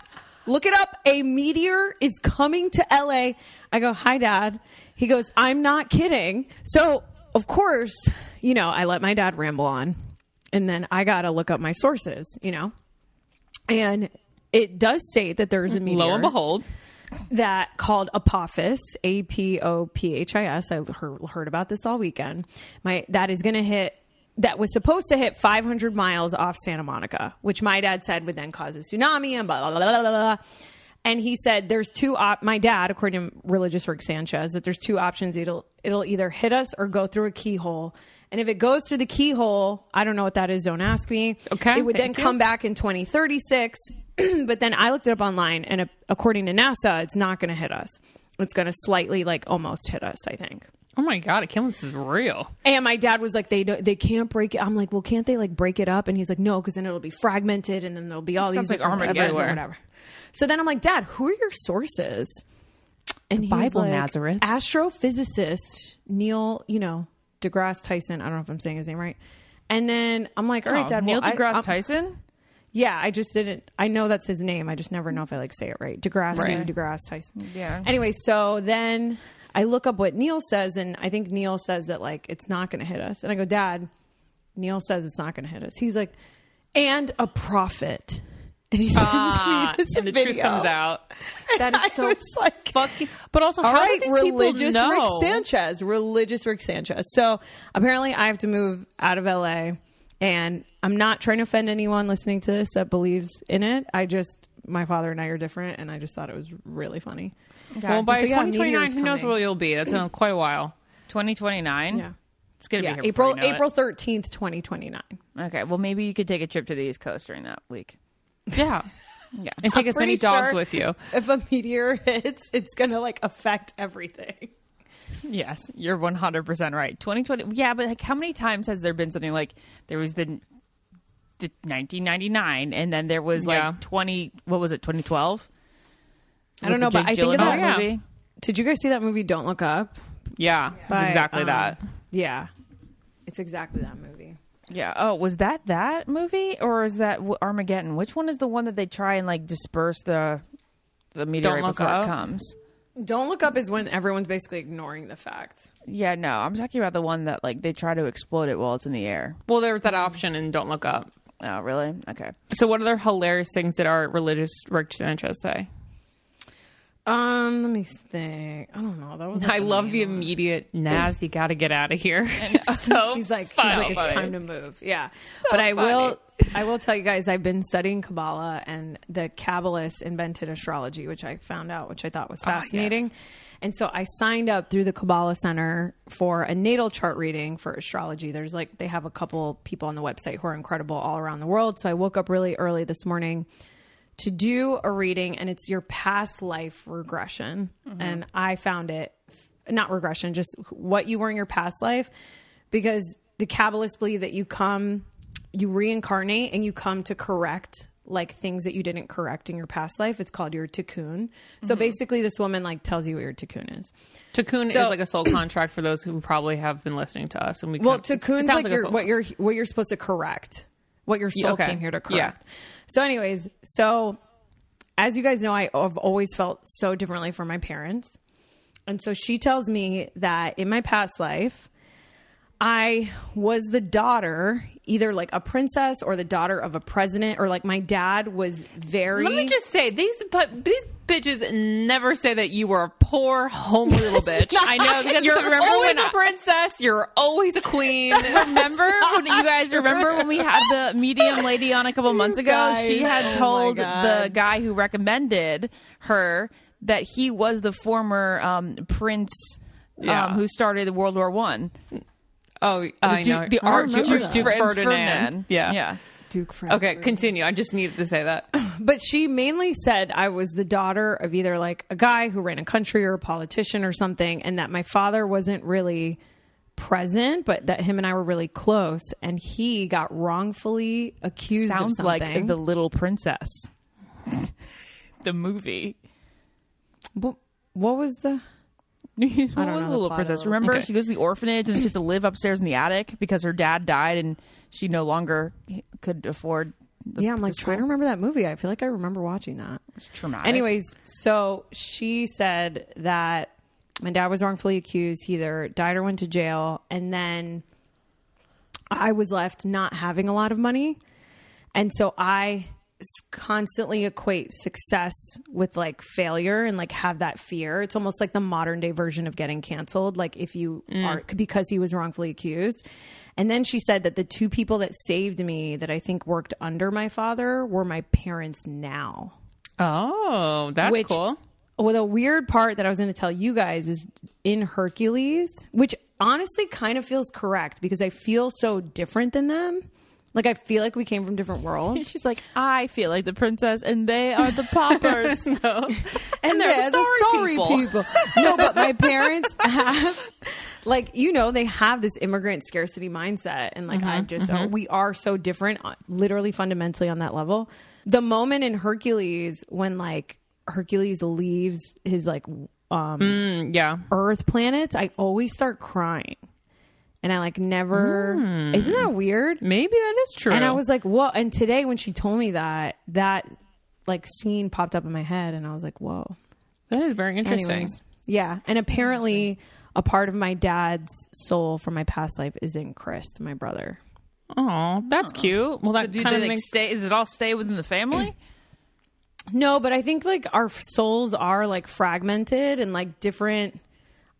[SPEAKER 1] Look it up. A meteor is coming to LA. I go, Hi, Dad. He goes, I'm not kidding. So, of course, you know, I let my dad ramble on. And then I got to look up my sources, you know? And it does state that there's a meteor
[SPEAKER 3] Lo and behold,
[SPEAKER 1] that called Apophis, A P O P H I S. I heard, heard about this all weekend. My that is going to hit. That was supposed to hit 500 miles off Santa Monica, which my dad said would then cause a tsunami and blah blah blah blah blah. blah. And he said, "There's two. Op- my dad, according to religious Rick Sanchez, that there's two options. It'll it'll either hit us or go through a keyhole. And if it goes through the keyhole, I don't know what that is. Don't ask me.
[SPEAKER 3] Okay,
[SPEAKER 1] it would then
[SPEAKER 3] thank you.
[SPEAKER 1] come back in 2036. but then I looked it up online, and a- according to NASA, it's not going to hit us. It's going to slightly, like, almost hit us, I think.
[SPEAKER 3] oh my god, I can't believe this is real.
[SPEAKER 1] And my dad was like, they don't- they can't break it. I'm like, well, can't they like break it up? And he's like, no, because then it'll be fragmented, and then there'll be all
[SPEAKER 2] Sounds
[SPEAKER 1] these
[SPEAKER 2] like
[SPEAKER 1] different
[SPEAKER 2] Armageddon.
[SPEAKER 1] pieces or whatever. So then I'm like, Dad, who are your sources? And he's
[SPEAKER 3] Bible,
[SPEAKER 1] like,
[SPEAKER 3] Nazareth.
[SPEAKER 1] Astrophysicist Neil, you know, deGrasse Tyson. I don't know if I'm saying his name right. And then I'm like, all right,
[SPEAKER 2] Oh,
[SPEAKER 1] Dad,
[SPEAKER 2] Neil
[SPEAKER 1] well, I-
[SPEAKER 2] deGrasse
[SPEAKER 1] I'm-
[SPEAKER 2] Tyson.
[SPEAKER 1] yeah, I just didn't. I know that's his name. I just never know if I like say it right. DeGrasse,
[SPEAKER 3] Right.
[SPEAKER 1] DeGrasse Tyson.
[SPEAKER 2] Yeah.
[SPEAKER 1] Anyway, so then I look up what Neil says, and I think Neil says that like it's not going to hit us. And I go, Dad, Neil says it's not going to hit us. He's like, and a prophet. And he sends
[SPEAKER 3] Ah,
[SPEAKER 1] me this
[SPEAKER 3] and the
[SPEAKER 1] video.
[SPEAKER 3] truth comes out. That
[SPEAKER 1] I
[SPEAKER 3] is so
[SPEAKER 1] was like,
[SPEAKER 3] fucking. But also,
[SPEAKER 1] All
[SPEAKER 3] how
[SPEAKER 1] right,
[SPEAKER 3] do these
[SPEAKER 1] religious
[SPEAKER 3] people know?
[SPEAKER 1] Rick Sanchez, religious Rick Sanchez. So apparently, I have to move out of LA, and I'm not trying to offend anyone listening to this that believes in it. I just my father and I are different, and I just thought it was really funny.
[SPEAKER 3] Well, by
[SPEAKER 1] So, yeah,
[SPEAKER 3] 2029,
[SPEAKER 1] meteor's
[SPEAKER 3] who knows
[SPEAKER 1] coming.
[SPEAKER 3] where you'll be? That's in quite a while.
[SPEAKER 2] 2029.
[SPEAKER 1] Yeah,
[SPEAKER 2] It's gonna
[SPEAKER 1] yeah.
[SPEAKER 2] be here before
[SPEAKER 1] April
[SPEAKER 2] you know it.
[SPEAKER 1] April thirteenth, twenty twenty nine.
[SPEAKER 2] Okay. Well, maybe you could take a trip to the East Coast during that week.
[SPEAKER 3] Yeah, yeah. And take as many
[SPEAKER 1] pretty
[SPEAKER 3] dogs
[SPEAKER 1] sure-
[SPEAKER 3] with you.
[SPEAKER 1] If a meteor hits, it's gonna like affect everything.
[SPEAKER 2] Yes, you're 100 percent right. 2020. Yeah, but like, how many times has there been something like there was the the 1999, and then there was like
[SPEAKER 3] Yeah.
[SPEAKER 2] 20. What was it? 2012.
[SPEAKER 1] I don't know, but I think of
[SPEAKER 3] Gyllenhaal
[SPEAKER 1] that
[SPEAKER 3] yeah.
[SPEAKER 1] movie. Did you guys see that movie? Don't look up.
[SPEAKER 3] Yeah, it's
[SPEAKER 1] By,
[SPEAKER 3] exactly
[SPEAKER 1] um,
[SPEAKER 3] that.
[SPEAKER 1] Yeah, it's exactly that movie.
[SPEAKER 2] Yeah. Oh, was that that movie or is that w- Armageddon? Which one is the one that they try and like disperse the the meteorite
[SPEAKER 3] Look
[SPEAKER 2] before
[SPEAKER 3] Up?
[SPEAKER 2] it comes?
[SPEAKER 1] Don't look up is when everyone's basically ignoring the fact.
[SPEAKER 2] Yeah. No, I'm talking about the one that like they try to explode it while it's in the air.
[SPEAKER 3] Well, there was that option, and don't look up.
[SPEAKER 2] Oh, really? Okay.
[SPEAKER 3] So, what other hilarious things did our religious Rick Sanchez say?
[SPEAKER 1] Um, let me think. I don't know. That was.
[SPEAKER 3] I love the immediate Naz. You got to get out of here. so
[SPEAKER 1] He's like,
[SPEAKER 3] funny.
[SPEAKER 1] he's like, it's time to move. Yeah, but I will. I will tell you guys. I've been studying
[SPEAKER 3] Ah,
[SPEAKER 1] Kabbalah, and the Kabbalists invented astrology, which I found out, which I thought was fascinating. And so I signed up through the Kabbalah Center for a natal chart reading for astrology. There's like, they have a couple people on the website who are incredible all around the world. So I woke up really early this morning to do a reading, and it's your past life regression. And I found it not regression, just what you were in your past life, because the Kabbalists believe that you come you reincarnate and you come to correct like things that you didn't correct in your past life. It's called your tikkun. So basically, this woman like tells you what your tikkun is.
[SPEAKER 3] Tikkun is like a soul contract for those who probably have been listening to us, and we
[SPEAKER 1] Well,
[SPEAKER 3] kind of- it
[SPEAKER 1] tikkun's
[SPEAKER 3] sounds
[SPEAKER 1] like,
[SPEAKER 3] a
[SPEAKER 1] your,
[SPEAKER 3] soul
[SPEAKER 1] what you're what you're supposed to correct, what your soul
[SPEAKER 3] okay.
[SPEAKER 1] came here to
[SPEAKER 3] Yeah.
[SPEAKER 1] correct. So, anyways, so as you guys know, I have always felt so differently from my parents, and so she tells me that in my past life, I was the daughter, either like a princess or the daughter of a president, or like my dad was very.
[SPEAKER 3] Let me just say these, but these bitches never say that you were a poor, homely little bitch.
[SPEAKER 2] I know, because
[SPEAKER 3] you're
[SPEAKER 2] remember
[SPEAKER 3] always
[SPEAKER 2] when
[SPEAKER 3] a
[SPEAKER 2] I-
[SPEAKER 3] princess. You're always a queen.
[SPEAKER 2] Remember when you guys remember when we had the medium lady on a couple months ago? she had told the guy who recommended her that he was the former um, prince
[SPEAKER 3] Yeah.
[SPEAKER 2] um, who started World War One.
[SPEAKER 3] Oh, I
[SPEAKER 2] Duke-
[SPEAKER 3] know.
[SPEAKER 2] the
[SPEAKER 3] Oh,
[SPEAKER 2] Archduke
[SPEAKER 3] Duke, Duke
[SPEAKER 2] Franz
[SPEAKER 3] Ferdinand.
[SPEAKER 2] Ferdinand.
[SPEAKER 3] Yeah.
[SPEAKER 2] yeah.
[SPEAKER 1] Duke Franz
[SPEAKER 3] Okay, continue. I just needed to say that.
[SPEAKER 1] but she mainly said I was the daughter of either like a guy who ran a country or a politician or something, and that my father wasn't really present, but that him and I were really close, and he got wrongfully accused
[SPEAKER 2] Sounds
[SPEAKER 1] of
[SPEAKER 2] like
[SPEAKER 1] something.
[SPEAKER 2] the Little Princess, the movie.
[SPEAKER 1] Wh- what was the?
[SPEAKER 2] what was the
[SPEAKER 1] know the
[SPEAKER 2] little
[SPEAKER 1] plot of
[SPEAKER 2] princess?
[SPEAKER 1] Little-
[SPEAKER 2] Remember,
[SPEAKER 1] Okay.
[SPEAKER 2] she goes to the orphanage and she has to live upstairs in the attic because her dad died and she no longer could afford. The,
[SPEAKER 1] yeah, I'm like trying to remember that movie. I feel like I remember watching that.
[SPEAKER 2] traumatic.
[SPEAKER 1] Anyways, so she said that my dad was wrongfully accused. He either died or went to jail. And then I was left not having a lot of money. And so I s- constantly equate success with like failure and like have that fear. It's almost like the modern day version of getting canceled. Like if you are because he was wrongfully accused. And then she said that the two people that saved me that I think worked under my father were my parents now.
[SPEAKER 3] Oh, that's
[SPEAKER 1] Which-
[SPEAKER 3] cool.
[SPEAKER 1] Well, the weird part that I was going to tell you guys is in Hercules, which honestly kind of feels correct because I feel so different than them. Like I feel like we came from different worlds.
[SPEAKER 2] she's like, I feel like the princess, and they are the paupers.
[SPEAKER 1] and
[SPEAKER 3] they're
[SPEAKER 1] they're the
[SPEAKER 3] sorry
[SPEAKER 1] sorry people. no, but my parents have, like, you know, they have this immigrant scarcity mindset, and like,
[SPEAKER 3] Mm-hmm,
[SPEAKER 1] I just oh, we are so different, uh, literally fundamentally on that level. The moment in Hercules when like Hercules leaves his like w- um
[SPEAKER 3] Mm, Yeah.
[SPEAKER 1] Earth planets, I always start crying, and I like never.
[SPEAKER 3] Mm.
[SPEAKER 1] Isn't that weird?
[SPEAKER 3] Maybe that is true.
[SPEAKER 1] And I was like, whoa. And today when she told me that, that like scene popped up in my head and I was like, whoa.
[SPEAKER 3] that is very interesting.
[SPEAKER 1] Anyways, yeah. And apparently a part of my dad's soul from my past life is in Chris, my brother.
[SPEAKER 3] Oh, that's cute.
[SPEAKER 2] So
[SPEAKER 3] Well, that
[SPEAKER 2] do
[SPEAKER 3] kind
[SPEAKER 2] they
[SPEAKER 3] of
[SPEAKER 2] like,
[SPEAKER 3] makes
[SPEAKER 2] stay? Is it all stay within the family?
[SPEAKER 1] No, but I think like our souls are like fragmented and like different.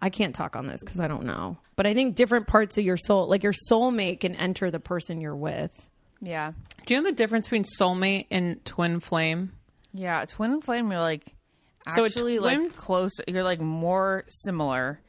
[SPEAKER 1] I can't talk on this because I don't know. But I think different parts of your soul, like your soulmate can enter the person you're with.
[SPEAKER 2] yeah,
[SPEAKER 3] Do you know the difference between soulmate and twin flame?
[SPEAKER 2] yeah. Twin and flame, you're like
[SPEAKER 3] So a
[SPEAKER 2] actually
[SPEAKER 3] twin-
[SPEAKER 2] like close. You're like more similar,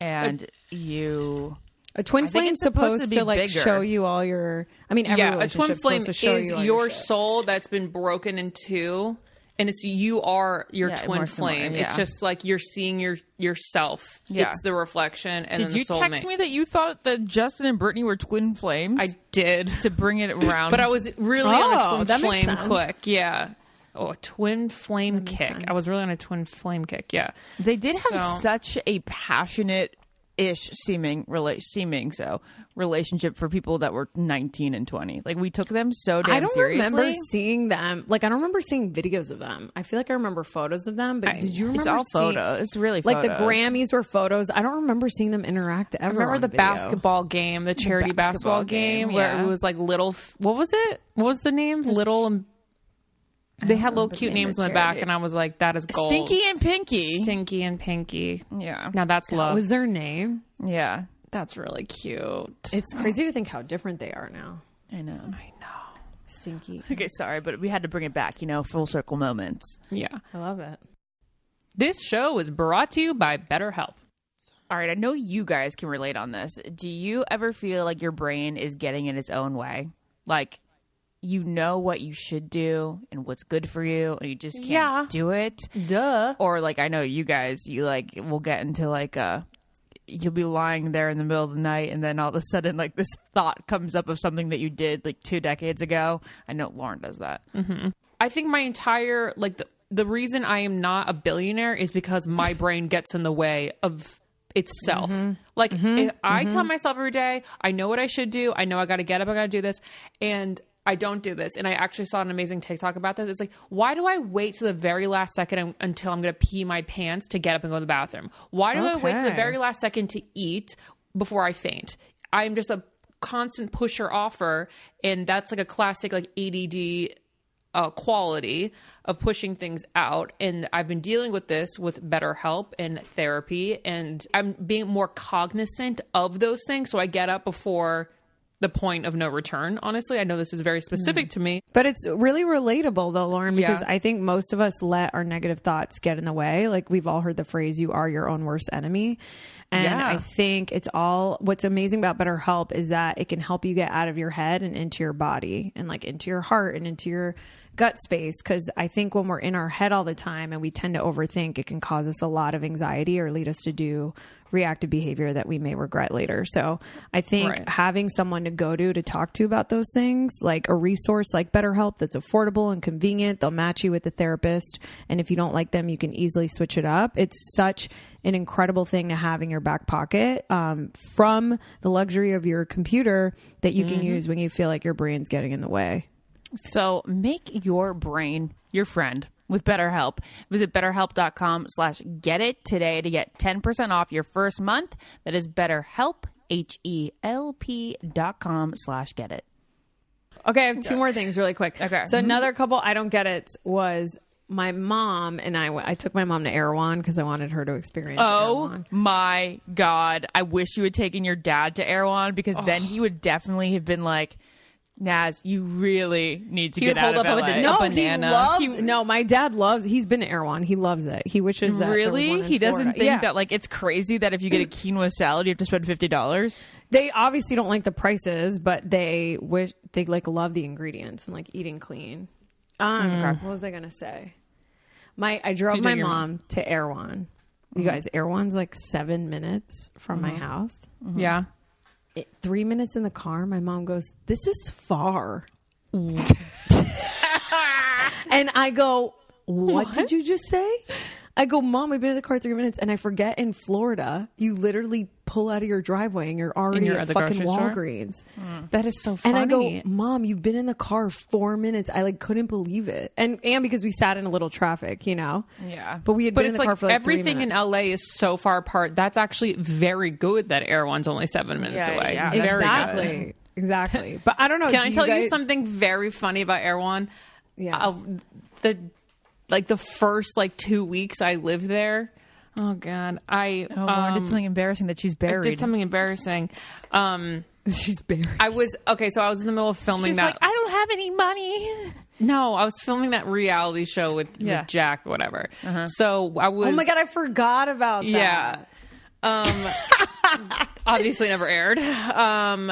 [SPEAKER 2] and you.
[SPEAKER 1] A twin
[SPEAKER 2] I think
[SPEAKER 1] flame's
[SPEAKER 2] it's
[SPEAKER 1] supposed,
[SPEAKER 2] supposed to
[SPEAKER 1] to,
[SPEAKER 2] be
[SPEAKER 1] like
[SPEAKER 2] bigger.
[SPEAKER 1] show you all your. I mean, every
[SPEAKER 3] yeah, a twin
[SPEAKER 1] relationship's
[SPEAKER 3] flame
[SPEAKER 1] supposed to
[SPEAKER 3] is
[SPEAKER 1] show you all
[SPEAKER 3] your,
[SPEAKER 1] shit.
[SPEAKER 3] soul that's been broken in two, and it's you are your
[SPEAKER 2] Yeah,
[SPEAKER 3] twin
[SPEAKER 2] more similar,
[SPEAKER 3] flame. It's
[SPEAKER 2] yeah.
[SPEAKER 3] just like you're seeing your yourself.
[SPEAKER 2] Yeah.
[SPEAKER 3] It's the reflection and then
[SPEAKER 2] Did
[SPEAKER 3] the
[SPEAKER 2] you
[SPEAKER 3] soulmate.
[SPEAKER 2] text me that you thought that Justin and Brittany were twin flames?
[SPEAKER 3] I did,
[SPEAKER 2] to bring it around,
[SPEAKER 3] but I was really
[SPEAKER 1] Oh,
[SPEAKER 3] on a
[SPEAKER 1] that
[SPEAKER 3] twin
[SPEAKER 1] makes
[SPEAKER 3] flame
[SPEAKER 1] sense.
[SPEAKER 3] quick. Yeah. Oh, a twin flame kick. I was really on a twin flame kick. Yeah.
[SPEAKER 2] They did have
[SPEAKER 3] So-
[SPEAKER 2] such a passionate ish seeming rela- seeming so relationship for people that were 19 and 20 like we took them so damn
[SPEAKER 1] I don't
[SPEAKER 2] seriously
[SPEAKER 1] remember seeing them. Like I don't remember seeing videos of them. I feel like I remember photos of them, but did you remember?
[SPEAKER 2] it's all
[SPEAKER 1] seeing-
[SPEAKER 2] photos it's really
[SPEAKER 1] Like the
[SPEAKER 2] photos.
[SPEAKER 1] Grammys were photos. I don't remember seeing them interact ever.
[SPEAKER 3] I remember
[SPEAKER 1] on
[SPEAKER 3] the
[SPEAKER 1] video.
[SPEAKER 3] basketball game, the charity basketball,
[SPEAKER 2] basketball
[SPEAKER 3] game,
[SPEAKER 2] game,
[SPEAKER 3] where
[SPEAKER 2] yeah.
[SPEAKER 3] it was like little. f- What was it? What was the name? Little. and They had little
[SPEAKER 2] the
[SPEAKER 3] cute
[SPEAKER 2] name
[SPEAKER 3] names
[SPEAKER 2] of
[SPEAKER 3] in
[SPEAKER 2] the
[SPEAKER 3] the back,
[SPEAKER 2] charity.
[SPEAKER 3] and I was like, "That is gold."
[SPEAKER 2] stinky and pinky
[SPEAKER 3] Stinky and Pinky.
[SPEAKER 2] yeah
[SPEAKER 3] Now that's love.
[SPEAKER 1] Was their name?
[SPEAKER 2] yeah
[SPEAKER 3] that's really cute.
[SPEAKER 1] It's crazy to think how different they are now.
[SPEAKER 2] i know
[SPEAKER 1] Stinky.
[SPEAKER 2] okay sorry but we had to bring it back you know full circle moments
[SPEAKER 3] Yeah.
[SPEAKER 1] I love it.
[SPEAKER 3] This show is brought to you by BetterHelp.
[SPEAKER 2] All right, I know you guys can relate on this. Do you ever feel like your brain is getting in its own way? Like you know what you should do and what's good for you and you just can't
[SPEAKER 3] Yeah.
[SPEAKER 2] do it?
[SPEAKER 3] Duh.
[SPEAKER 2] Or like I know you guys, you like will get into like a you'll be lying there in the middle of the night and then all of a sudden like this thought comes up of something that you did like 2 decades ago. I know Lauren does that.
[SPEAKER 3] I think my entire like the, the reason I am not a billionaire is because my brain gets in the way of itself. Like if I tell myself every day, I know what I should do. I know I got to get up. I got to do this, and I don't do this. And I actually saw an amazing TikTok about this. It's like, why do I wait to the very last second un- until I'm going to pee my pants to get up and go to the bathroom? Why do I wait to the
[SPEAKER 2] Okay.
[SPEAKER 3] very last second to eat before I faint? I'm just a constant pusher offer, and that's like a classic like ADD uh, quality of pushing things out. And I've been dealing with this with BetterHelp and therapy, and I'm being more cognizant of those things. So I get up before the point of no return. Honestly, I know this is very specific to me.
[SPEAKER 1] But it's really relatable though, Lauren, because
[SPEAKER 3] Yeah.
[SPEAKER 1] I think most of us let our negative thoughts get in the way. Like we've all heard the phrase you are your own worst enemy. And
[SPEAKER 3] Yeah.
[SPEAKER 1] I think it's all what's amazing about BetterHelp is that it can help you get out of your head and into your body and like into your heart and into your gut space cuz I think when we're in our head all the time and we tend to overthink, it can cause us a lot of anxiety or lead us to do reactive behavior that we may regret later. So, I think
[SPEAKER 3] Right.
[SPEAKER 1] having someone to go to to talk to about those things, like a resource like BetterHelp that's affordable and convenient. They'll match you with a therapist. And if you don't like them, you can easily switch it up. It's such an incredible thing to have in your back pocket um, from the luxury of your computer that you can use when you feel like your brain's getting in the way.
[SPEAKER 2] So make your brain your friend with BetterHelp. Visit betterhelp.com slash get it today to get 10% off your first month. That is betterhelp, H-E-L-P dot com slash get it.
[SPEAKER 1] Okay, I have two more things really quick. Okay. So another couple I don't get it was my mom and I. I took my mom to Erewhon because I wanted her to experience.
[SPEAKER 2] Oh my God. I wish you had taken your dad to Erewhon because then he would definitely have been like, Naz, you really need to
[SPEAKER 3] He'd
[SPEAKER 2] get out
[SPEAKER 3] hold
[SPEAKER 2] of
[SPEAKER 3] up a
[SPEAKER 2] LA.
[SPEAKER 3] banana.
[SPEAKER 1] No,
[SPEAKER 3] banana.
[SPEAKER 1] he loves. no, my dad loves. He's been to Erewhon. He loves it. He wishes that there was one
[SPEAKER 2] Really?
[SPEAKER 1] in
[SPEAKER 2] He doesn't
[SPEAKER 1] Florida.
[SPEAKER 2] think
[SPEAKER 1] Yeah.
[SPEAKER 2] that like it's crazy that if you get a quinoa salad you have to spend fifty dollars.
[SPEAKER 1] they obviously don't like the prices, but they wish they like love the ingredients and like eating clean. Um, what was I gonna say? My I drove my
[SPEAKER 3] your-
[SPEAKER 1] mom to Erewhon. You guys, Erewhon's like seven minutes from my house.
[SPEAKER 3] Yeah.
[SPEAKER 1] It- three minutes in the car, my mom goes, "This is far," and I go, what, did you just say?" I go, "Mom, I've been in the car three minutes," and I forget in Florida, you literally pull out of your driveway and you're already
[SPEAKER 3] you're
[SPEAKER 1] at
[SPEAKER 3] at the
[SPEAKER 1] fucking
[SPEAKER 3] grocery store?
[SPEAKER 1] Walgreens.
[SPEAKER 3] Mm-hmm. That is so
[SPEAKER 1] And
[SPEAKER 3] funny.
[SPEAKER 1] I go, Mom, you've been in the car four minutes. I like couldn't believe it, and and because we sat in a little traffic, you know.
[SPEAKER 2] Yeah.
[SPEAKER 1] But we had
[SPEAKER 3] but
[SPEAKER 1] been in
[SPEAKER 3] it's
[SPEAKER 1] the
[SPEAKER 3] like,
[SPEAKER 1] car for like three
[SPEAKER 3] everything in
[SPEAKER 1] minutes.
[SPEAKER 3] LA is so far apart. That's actually very good that Erewhon's only seven minutes
[SPEAKER 2] Yeah,
[SPEAKER 3] away.
[SPEAKER 2] yeah.
[SPEAKER 3] Very good.
[SPEAKER 1] exactly, exactly. But I don't know.
[SPEAKER 3] Can
[SPEAKER 1] Oh, do
[SPEAKER 3] I tell you,
[SPEAKER 1] guys-
[SPEAKER 3] something very funny about Erewhon?
[SPEAKER 1] Yeah.
[SPEAKER 3] Uh, the like the first like two weeks I lived there. Oh God, I
[SPEAKER 2] Oh,
[SPEAKER 3] um,
[SPEAKER 2] Lauren did something embarrassing that she's
[SPEAKER 3] I
[SPEAKER 2] buried.
[SPEAKER 3] did something embarrassing. Um,
[SPEAKER 1] She's buried.
[SPEAKER 3] I was okay, so I was in the middle of filming
[SPEAKER 2] She's
[SPEAKER 3] that.
[SPEAKER 2] like, I don't have any money.
[SPEAKER 3] no, I was filming that reality show with,
[SPEAKER 2] Yeah.
[SPEAKER 3] with Jack or whatever. So I was.
[SPEAKER 1] Oh my god, I forgot about that.
[SPEAKER 3] Yeah. Um, obviously never aired. Um,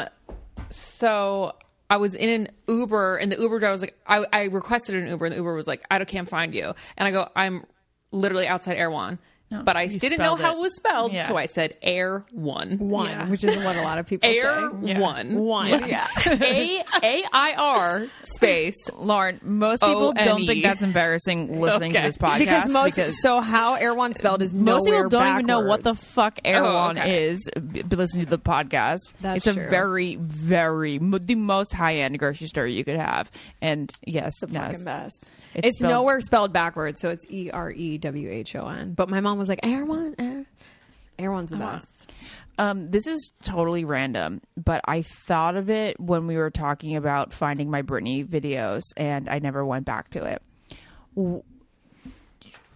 [SPEAKER 3] so I was in an Uber, and the Uber driver was like, I, I requested an Uber, and the Uber was like, I don't- can't find you. And I go, I'm literally outside Air One. but I
[SPEAKER 2] you
[SPEAKER 3] didn't know
[SPEAKER 2] spelled
[SPEAKER 3] how
[SPEAKER 2] it.
[SPEAKER 3] it was spelled,
[SPEAKER 2] Yeah.
[SPEAKER 3] so I said Air One.
[SPEAKER 1] one, which is what a lot of people
[SPEAKER 3] Air
[SPEAKER 1] say.
[SPEAKER 3] One.
[SPEAKER 1] One, yeah.
[SPEAKER 3] A A I R space.
[SPEAKER 2] Lauren, most people don't
[SPEAKER 3] O-N-E.
[SPEAKER 2] think that's embarrassing listening to
[SPEAKER 3] Okay.
[SPEAKER 2] this podcast
[SPEAKER 1] Because most so how Air One spelled is
[SPEAKER 2] most people
[SPEAKER 1] nowhere
[SPEAKER 2] don't even know what the
[SPEAKER 1] backwards. Oh,
[SPEAKER 2] fuck Erewhon
[SPEAKER 3] okay.
[SPEAKER 2] is. b- But listening to the podcast,
[SPEAKER 1] That's
[SPEAKER 2] it's
[SPEAKER 1] true.
[SPEAKER 2] a very, very mo- the most high end grocery store you could have. And yes,
[SPEAKER 1] the
[SPEAKER 2] Naz,
[SPEAKER 1] fucking best. It's,
[SPEAKER 2] It's spelled-
[SPEAKER 1] nowhere spelled backwards, so it's E R E W H O N. But my mom was like, Air One, Air, Air One's the best.
[SPEAKER 2] Um, this is totally random, but I thought of it when we were talking about finding my Britney videos, and I never went back to it. W-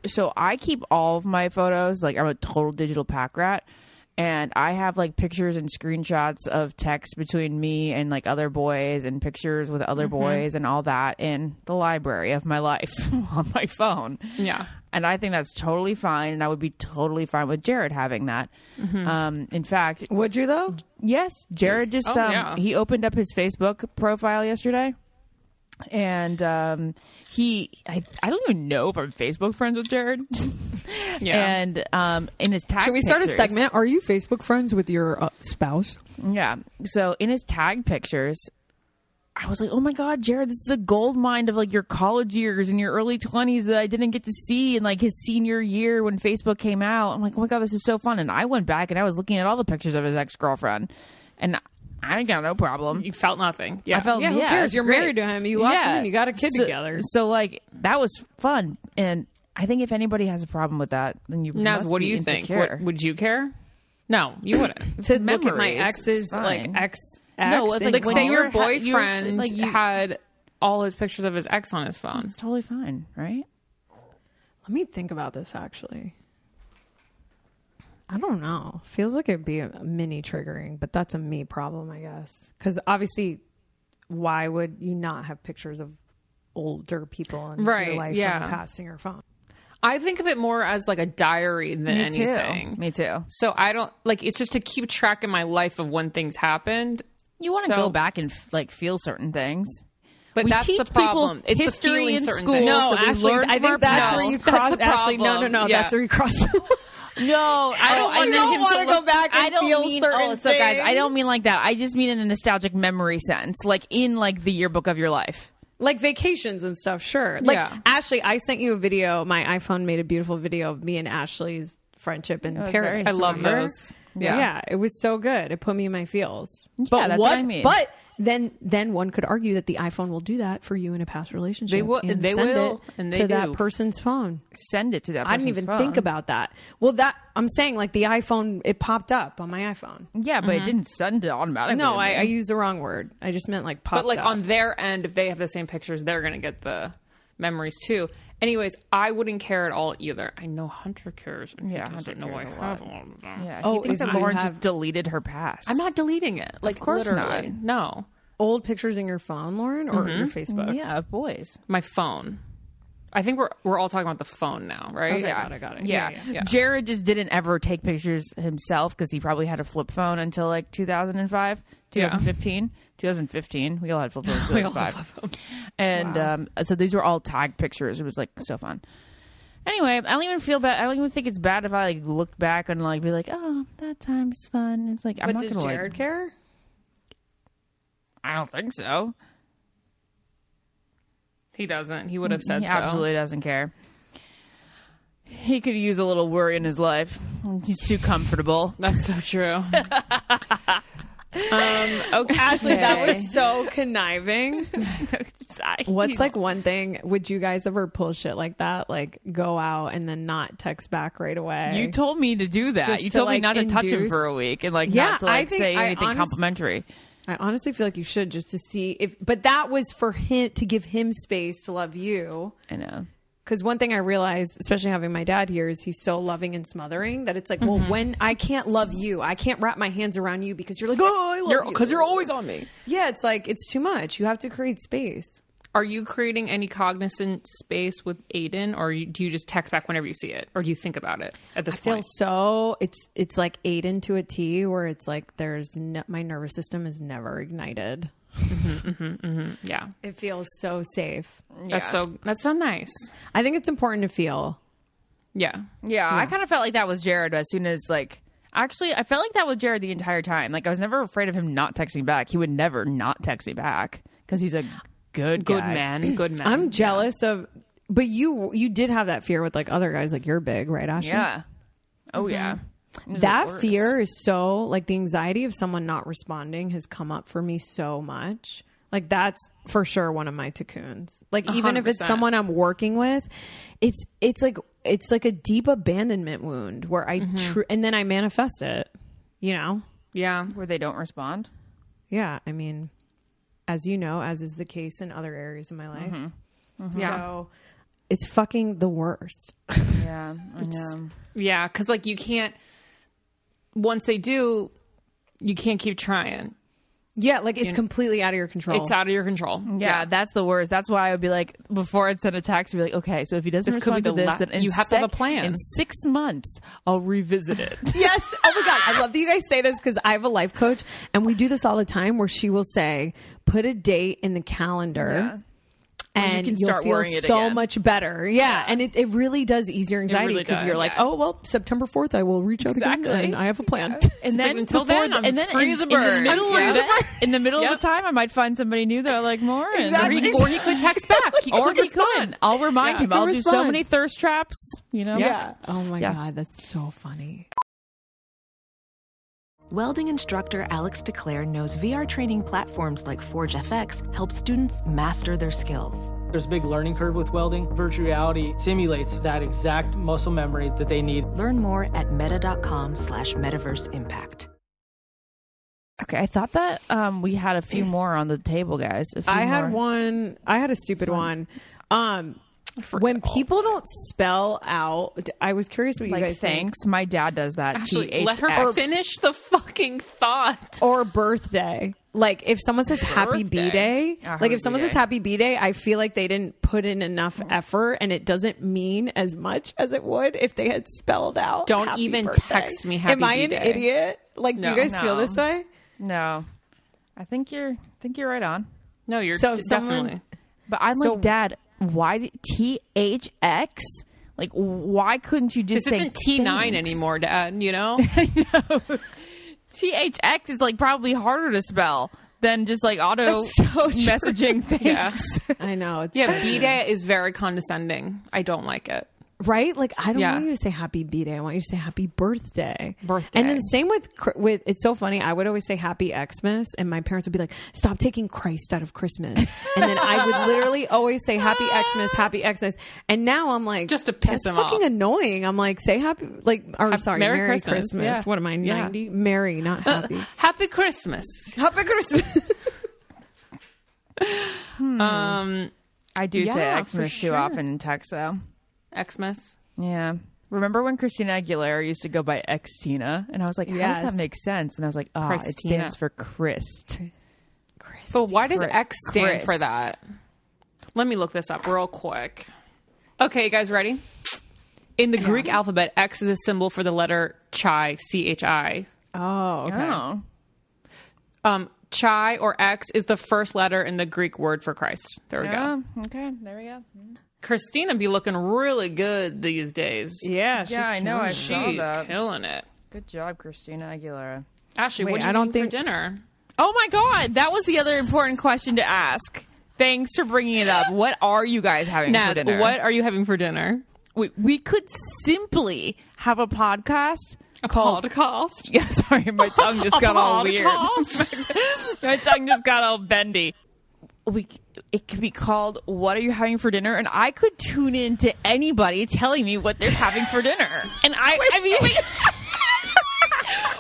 [SPEAKER 2] So I keep all of my photos. Like I'm a total digital pack rat, and I have like pictures and screenshots of texts between me and like other boys, and pictures with other boys, and all that in the library of my life on my phone.
[SPEAKER 3] Yeah.
[SPEAKER 2] and I think that's totally fine. And I would be totally fine with Jared having that. Um, in fact,
[SPEAKER 1] Would you though?
[SPEAKER 2] Yes, Jared just
[SPEAKER 3] Oh,
[SPEAKER 2] um,
[SPEAKER 3] yeah.
[SPEAKER 2] he opened up his Facebook profile yesterday, and um, he I, I don't even know if I'm Facebook friends with Jared.
[SPEAKER 3] Yeah.
[SPEAKER 2] and um, in his tag,
[SPEAKER 1] Should we start a
[SPEAKER 2] pictures-
[SPEAKER 1] segment? Are you Facebook friends with your uh, spouse?
[SPEAKER 2] Yeah, so in his tag pictures. I was like, oh my God, Jared, this is a gold mine of like your college years and your early 20s that I didn't get to see in like his senior year when Facebook came out. I'm like, oh my God, this is so fun. And I went back and I was looking at all the pictures of his ex girlfriend and I got no problem.
[SPEAKER 3] You felt nothing. Yeah.
[SPEAKER 2] I felt
[SPEAKER 1] Yeah, who cares?
[SPEAKER 2] it's
[SPEAKER 1] You're
[SPEAKER 2] great.
[SPEAKER 1] married to him. You locked in. You got a kid
[SPEAKER 2] So-
[SPEAKER 1] together.
[SPEAKER 2] So like that was fun, and I think if anybody has a problem with that, then you.
[SPEAKER 3] Naz,
[SPEAKER 2] must
[SPEAKER 3] what do
[SPEAKER 2] be
[SPEAKER 3] you think?
[SPEAKER 2] insecure.
[SPEAKER 3] What, would you care? No, you wouldn't.
[SPEAKER 1] To look at my
[SPEAKER 2] memories.
[SPEAKER 1] ex's
[SPEAKER 2] It's
[SPEAKER 1] like
[SPEAKER 2] fine.
[SPEAKER 1] ex.
[SPEAKER 2] No,
[SPEAKER 1] ex
[SPEAKER 2] it's
[SPEAKER 1] and
[SPEAKER 2] like
[SPEAKER 3] like,
[SPEAKER 2] when
[SPEAKER 3] say
[SPEAKER 2] you
[SPEAKER 3] your
[SPEAKER 2] were ha- you were s-
[SPEAKER 3] boyfriend
[SPEAKER 2] like, you-
[SPEAKER 3] had all his pictures of his ex on his phone.
[SPEAKER 2] It's totally fine, right?
[SPEAKER 1] Let me think about this actually. I don't know. Feels like it'd be a mini triggering, but that's a me problem, I guess. Because obviously, why would you not have pictures of older people in your
[SPEAKER 3] Right,
[SPEAKER 1] life
[SPEAKER 3] yeah.
[SPEAKER 1] from passing your phone?
[SPEAKER 3] I think of it more as like a diary than anything.
[SPEAKER 2] Me too.
[SPEAKER 3] So I don't like it's just to keep track in my life of when things happened.
[SPEAKER 2] You want to
[SPEAKER 3] So-
[SPEAKER 2] go back and f- like feel certain things.
[SPEAKER 3] But
[SPEAKER 2] we
[SPEAKER 3] that's
[SPEAKER 2] teach
[SPEAKER 3] the problem.
[SPEAKER 2] People
[SPEAKER 3] It's the
[SPEAKER 2] history
[SPEAKER 3] feeling
[SPEAKER 2] in
[SPEAKER 3] certain
[SPEAKER 2] school. so
[SPEAKER 3] things. No,
[SPEAKER 2] we learn
[SPEAKER 1] I
[SPEAKER 2] from our
[SPEAKER 1] think that's
[SPEAKER 2] past.
[SPEAKER 1] where you
[SPEAKER 3] No, that's
[SPEAKER 1] cross.
[SPEAKER 3] the
[SPEAKER 1] Ashley, no, no,
[SPEAKER 3] problem.
[SPEAKER 1] no,
[SPEAKER 3] Yeah.
[SPEAKER 1] that's where you cross.
[SPEAKER 2] No, I don't,
[SPEAKER 1] you
[SPEAKER 2] I
[SPEAKER 1] don't
[SPEAKER 2] meant him
[SPEAKER 1] wanna
[SPEAKER 2] to
[SPEAKER 1] go
[SPEAKER 2] look-
[SPEAKER 1] back and
[SPEAKER 2] I don't
[SPEAKER 1] feel
[SPEAKER 2] mean,
[SPEAKER 1] certain
[SPEAKER 2] oh, so guys, I
[SPEAKER 1] things.
[SPEAKER 2] don't mean like that. I just mean in a nostalgic memory sense, like in like the yearbook of your life.
[SPEAKER 1] like vacations and stuff sure like
[SPEAKER 3] Yeah.
[SPEAKER 1] ashley i sent you a video my iphone made a beautiful video of me and ashley's friendship in paris
[SPEAKER 3] I love
[SPEAKER 1] remember?
[SPEAKER 3] those.
[SPEAKER 1] yeah.
[SPEAKER 3] Yeah.
[SPEAKER 1] it was so good it put me in my feels but
[SPEAKER 2] that's what I mean.
[SPEAKER 1] but then then one could argue that the iphone will do that for you in a past relationship
[SPEAKER 3] They will-
[SPEAKER 1] and
[SPEAKER 3] they
[SPEAKER 1] send
[SPEAKER 3] will,
[SPEAKER 1] it
[SPEAKER 3] and they
[SPEAKER 1] to that
[SPEAKER 3] do.
[SPEAKER 1] person's phone
[SPEAKER 2] Send it to that.
[SPEAKER 1] i didn't
[SPEAKER 2] person's
[SPEAKER 1] even
[SPEAKER 2] phone.
[SPEAKER 1] think about that well that i'm saying like the iphone it popped up on my iphone
[SPEAKER 2] Yeah, but it didn't send it automatically.
[SPEAKER 1] Mm-hmm. no
[SPEAKER 2] to
[SPEAKER 1] I,
[SPEAKER 2] me.
[SPEAKER 1] I used the wrong word i just meant like popped
[SPEAKER 3] But like
[SPEAKER 1] up.
[SPEAKER 3] on their end, if they have the same pictures, they're gonna get the memories too. Anyways, I wouldn't care at all either. I know Hunter cares. and he
[SPEAKER 2] Yeah,
[SPEAKER 3] doesn't
[SPEAKER 2] Hunter
[SPEAKER 3] know
[SPEAKER 2] cares
[SPEAKER 3] I
[SPEAKER 2] a lot.
[SPEAKER 3] have all of them.
[SPEAKER 2] Yeah,
[SPEAKER 1] Oh,
[SPEAKER 2] he thinks
[SPEAKER 1] if
[SPEAKER 2] that
[SPEAKER 1] you
[SPEAKER 2] Lauren
[SPEAKER 1] have-
[SPEAKER 2] just deleted her past.
[SPEAKER 3] I'm not deleting it. Like of
[SPEAKER 2] course
[SPEAKER 3] literally.
[SPEAKER 2] not.
[SPEAKER 3] No.
[SPEAKER 1] old pictures in your phone lauren or your
[SPEAKER 3] Mm-hmm.
[SPEAKER 1] facebook
[SPEAKER 2] Yeah, of boys.
[SPEAKER 3] My phone. I think we're we're all talking about the phone now, right? yeah.
[SPEAKER 1] got it got it
[SPEAKER 2] Yeah. Jared just didn't ever take pictures himself because he probably had a flip phone until like 2005, 2015, 2015. We all had flip phones. we all had flip phones. And um, so these were all tagged pictures. It was like so fun. Anyway, I don't even feel bad. I don't even think it's bad if I like looked back and like be like, oh, that time's fun. It's like I'm
[SPEAKER 1] But
[SPEAKER 2] not
[SPEAKER 1] does
[SPEAKER 2] gonna
[SPEAKER 1] Jared
[SPEAKER 2] like.
[SPEAKER 1] care?
[SPEAKER 2] I don't think so.
[SPEAKER 3] He doesn't. He would have said
[SPEAKER 2] he
[SPEAKER 3] so.
[SPEAKER 2] absolutely doesn't care. He could use a little worry in his life. He's too comfortable.
[SPEAKER 3] That's so true. um, okay.
[SPEAKER 1] Ashley, that was so conniving. What's like one thing? Would you guys ever pull shit like that? Like go out and then not text back right away?
[SPEAKER 2] You told me to do that.
[SPEAKER 1] Just
[SPEAKER 2] you
[SPEAKER 1] to,
[SPEAKER 2] told me
[SPEAKER 1] like,
[SPEAKER 2] not to touch him
[SPEAKER 1] induce-
[SPEAKER 2] for a week and like
[SPEAKER 1] Yeah,
[SPEAKER 2] not to
[SPEAKER 1] I
[SPEAKER 2] like
[SPEAKER 1] think-
[SPEAKER 2] say
[SPEAKER 1] I
[SPEAKER 2] anything
[SPEAKER 1] honest-
[SPEAKER 2] complimentary.
[SPEAKER 1] I honestly feel like you should just to see if. But that was for him to give him space to love you.
[SPEAKER 2] I know.
[SPEAKER 1] Because one thing I realized, especially having my dad here, is he's so loving and smothering that it's like, well, when I can't love you, I can't wrap my hands around you because you're like, oh, I love
[SPEAKER 3] You're
[SPEAKER 1] you.
[SPEAKER 3] because you're always on me.
[SPEAKER 1] yeah, it's like it's too much. You have to create space.
[SPEAKER 3] Are you creating any cognizant space with Aiden, or you, do you just text back whenever you see it, or do you think about it at this
[SPEAKER 1] feel
[SPEAKER 3] point?
[SPEAKER 1] so it's it's like Aiden to a T where it's like there's no, my nervous system is never ignited.
[SPEAKER 3] yeah,
[SPEAKER 1] It feels so safe.
[SPEAKER 3] that's so that's so nice.
[SPEAKER 1] I think it's important to feel.
[SPEAKER 3] Yeah,
[SPEAKER 2] Yeah, I kind of felt like that with Jared as soon as like actually I felt like that with Jared the entire time. Like I was never afraid of him not texting back. He would never not text me back because he's a good
[SPEAKER 3] good
[SPEAKER 2] guy.
[SPEAKER 3] man, good man.
[SPEAKER 1] I'm jealous of but you you did have that fear with like other guys like you're big, right, Ashley?
[SPEAKER 2] Yeah. Oh yeah. It was the
[SPEAKER 1] That
[SPEAKER 2] worst.
[SPEAKER 1] fear is so like the anxiety of someone not responding has come up for me so much. Like that's for sure one of my cocoons. Like even if it's
[SPEAKER 3] 100%.
[SPEAKER 1] someone I'm working with, it's it's like it's like a deep abandonment wound where I tr- and then I manifest it. You know?
[SPEAKER 3] yeah,
[SPEAKER 2] where they don't respond.
[SPEAKER 1] Yeah, I mean, as you know, as is the case in other areas of my life. Mm-hmm.
[SPEAKER 3] yeah,
[SPEAKER 1] So it's fucking the worst.
[SPEAKER 2] Yeah, I know.
[SPEAKER 3] yeah. Because like you can't once they do, you can't keep trying.
[SPEAKER 1] Yeah, like it's completely out of your control.
[SPEAKER 3] It's out of your control.
[SPEAKER 2] Yeah, that's the worst. That's why I would be like, before I'd send a text, I'd be like, okay, so if he doesn't
[SPEAKER 3] This could be
[SPEAKER 2] respond to
[SPEAKER 3] the
[SPEAKER 2] this,
[SPEAKER 3] la-
[SPEAKER 2] then in
[SPEAKER 3] you have to have a
[SPEAKER 2] sec-
[SPEAKER 3] plan.
[SPEAKER 2] In six months, I'll revisit it.
[SPEAKER 1] Yes. Oh my God. I love that you guys say this because I have a life coach and we do this all the time where she will say, put a date in the calendar. And
[SPEAKER 2] can
[SPEAKER 1] you'll
[SPEAKER 2] start
[SPEAKER 1] feel
[SPEAKER 2] worrying it
[SPEAKER 1] so
[SPEAKER 2] again.
[SPEAKER 1] much better. Yeah. And it, it really does ease your anxiety
[SPEAKER 3] really
[SPEAKER 1] because
[SPEAKER 3] does,
[SPEAKER 1] you're like,
[SPEAKER 3] yeah.
[SPEAKER 1] oh, well, September 4th, I will reach out again
[SPEAKER 2] Exactly.
[SPEAKER 1] and I have a plan.
[SPEAKER 2] And
[SPEAKER 3] like,
[SPEAKER 2] then
[SPEAKER 3] until
[SPEAKER 2] before
[SPEAKER 3] then,
[SPEAKER 2] the-
[SPEAKER 3] I'm
[SPEAKER 2] and then
[SPEAKER 3] free
[SPEAKER 2] in,
[SPEAKER 3] as a
[SPEAKER 2] in the
[SPEAKER 3] bird.
[SPEAKER 2] middle of
[SPEAKER 3] Yeah.
[SPEAKER 2] the- in the middle of
[SPEAKER 3] Yep.
[SPEAKER 2] the time, I might find somebody new that I like more. and-
[SPEAKER 3] Or, he, or he could text back. He
[SPEAKER 2] Or
[SPEAKER 3] could
[SPEAKER 2] he
[SPEAKER 3] respond.
[SPEAKER 2] could. I'll remind
[SPEAKER 3] Yeah.
[SPEAKER 2] him.
[SPEAKER 1] He could
[SPEAKER 2] I'll do so
[SPEAKER 1] respond.
[SPEAKER 2] many thirst traps. You know.
[SPEAKER 1] Oh my
[SPEAKER 2] Yeah.
[SPEAKER 1] God. That's so funny.
[SPEAKER 7] Welding instructor Alex DeClaire knows VR training platforms like ForgeFX help students master their skills.
[SPEAKER 8] There's a big learning curve with welding. Virtual reality simulates that exact muscle memory that they need.
[SPEAKER 7] Learn more at meta.com slash metaverse impact.
[SPEAKER 2] Okay. I thought that um, we had a few more on the table, guys. A few
[SPEAKER 1] I had
[SPEAKER 2] more.
[SPEAKER 1] one. I had a stupid one. Um, when people don't spell out, I was curious what you
[SPEAKER 2] Like
[SPEAKER 1] guys think.
[SPEAKER 2] thanks. My dad does that.
[SPEAKER 3] Actually,
[SPEAKER 2] THX.
[SPEAKER 3] let her finish the fucking thought.
[SPEAKER 1] or birthday. Like if someone says happy B day,
[SPEAKER 2] Yeah,
[SPEAKER 1] like
[SPEAKER 2] happy
[SPEAKER 1] if someone
[SPEAKER 2] B
[SPEAKER 1] says
[SPEAKER 2] day. Mm.
[SPEAKER 1] happy B day, I feel like they didn't put in enough effort and it doesn't mean as much as it would if they had spelled out.
[SPEAKER 3] Don't
[SPEAKER 1] happy
[SPEAKER 3] even
[SPEAKER 1] birthday.
[SPEAKER 3] text me happy
[SPEAKER 1] Am I
[SPEAKER 3] B
[SPEAKER 1] an
[SPEAKER 3] day.
[SPEAKER 1] idiot? Like, do you
[SPEAKER 3] No.
[SPEAKER 1] guys feel
[SPEAKER 2] No.
[SPEAKER 1] this way?
[SPEAKER 2] No, I think you're. I think you're right on.
[SPEAKER 3] No, you're
[SPEAKER 1] So
[SPEAKER 3] d-
[SPEAKER 1] someone-
[SPEAKER 3] definitely.
[SPEAKER 2] But I'm
[SPEAKER 1] So-
[SPEAKER 2] like, Dad, why did THX? Like, why couldn't you just
[SPEAKER 3] This
[SPEAKER 2] say
[SPEAKER 3] isn't T nine
[SPEAKER 2] thanks?
[SPEAKER 3] anymore, Dad. You know,
[SPEAKER 2] THX is like probably harder to spell than just like auto messaging things.
[SPEAKER 1] I know. It's
[SPEAKER 3] yeah. B day is very condescending. I don't like it.
[SPEAKER 1] right? Like I don't
[SPEAKER 3] Yeah.
[SPEAKER 1] want you to say happy b day. I want you to say happy birthday.
[SPEAKER 3] Birthday.
[SPEAKER 1] And then same with Chr- with it's so funny. I would always say happy Xmas, and my parents would be like, "Stop taking Christ out of Christmas." and then I would literally always say happy Xmas, happy Xmas. And now I'm like,
[SPEAKER 3] Just to piss
[SPEAKER 1] that's
[SPEAKER 3] them
[SPEAKER 1] fucking
[SPEAKER 3] off.
[SPEAKER 1] annoying. I'm like, say happy, like, or
[SPEAKER 3] Hap-
[SPEAKER 1] sorry, Merry,
[SPEAKER 3] Merry
[SPEAKER 1] Christmas.
[SPEAKER 3] Christmas. Yeah.
[SPEAKER 1] What am I
[SPEAKER 3] Yeah. Uh,
[SPEAKER 1] ninety? Merry, not happy.
[SPEAKER 3] Happy Christmas.
[SPEAKER 1] happy Christmas.
[SPEAKER 3] Um,
[SPEAKER 2] I do
[SPEAKER 3] Yeah,
[SPEAKER 2] say
[SPEAKER 3] for
[SPEAKER 2] Xmas too
[SPEAKER 3] sure.
[SPEAKER 2] often in text, though.
[SPEAKER 3] Xmas.
[SPEAKER 2] Yeah. Remember when Christina Aguilera used to go by Xtina? And I was like, how
[SPEAKER 1] Yes.
[SPEAKER 2] does that make sense? And I was like, ah, it
[SPEAKER 3] Christina.
[SPEAKER 2] stands for Christ.
[SPEAKER 3] But why does X stand
[SPEAKER 2] Christ.
[SPEAKER 3] for that? Let me look this up real quick. Okay, you guys ready? In the Greek alphabet, X is a symbol for the letter chi, C H I.
[SPEAKER 1] oh, okay.
[SPEAKER 2] Oh.
[SPEAKER 3] Um, chi or X is the first letter in the Greek word for Christ. There we go.
[SPEAKER 2] Yeah. Okay. There we go.
[SPEAKER 3] Christina be looking really good these days.
[SPEAKER 1] yeah,
[SPEAKER 2] yeah, I know. I saw
[SPEAKER 3] She's
[SPEAKER 2] that.
[SPEAKER 3] killing it.
[SPEAKER 2] Good job, Christina Aguilera.
[SPEAKER 3] Ashley,
[SPEAKER 1] Wait,
[SPEAKER 3] what are you
[SPEAKER 1] I don't
[SPEAKER 3] eating
[SPEAKER 1] think-
[SPEAKER 3] for dinner?
[SPEAKER 2] Oh my God. That was the other important question to ask. Thanks for bringing it up. What are you guys having for
[SPEAKER 3] Naz,
[SPEAKER 2] dinner?
[SPEAKER 3] what are you having for dinner?
[SPEAKER 2] we, we could simply have a podcast
[SPEAKER 3] A
[SPEAKER 2] called
[SPEAKER 3] podcast.
[SPEAKER 2] yeah sorry my tongue just got all weird
[SPEAKER 3] Podcast.
[SPEAKER 2] my tongue just got all bendy we it could be called what are you having for dinner and i could tune in to anybody telling me what they're having for dinner and i i mean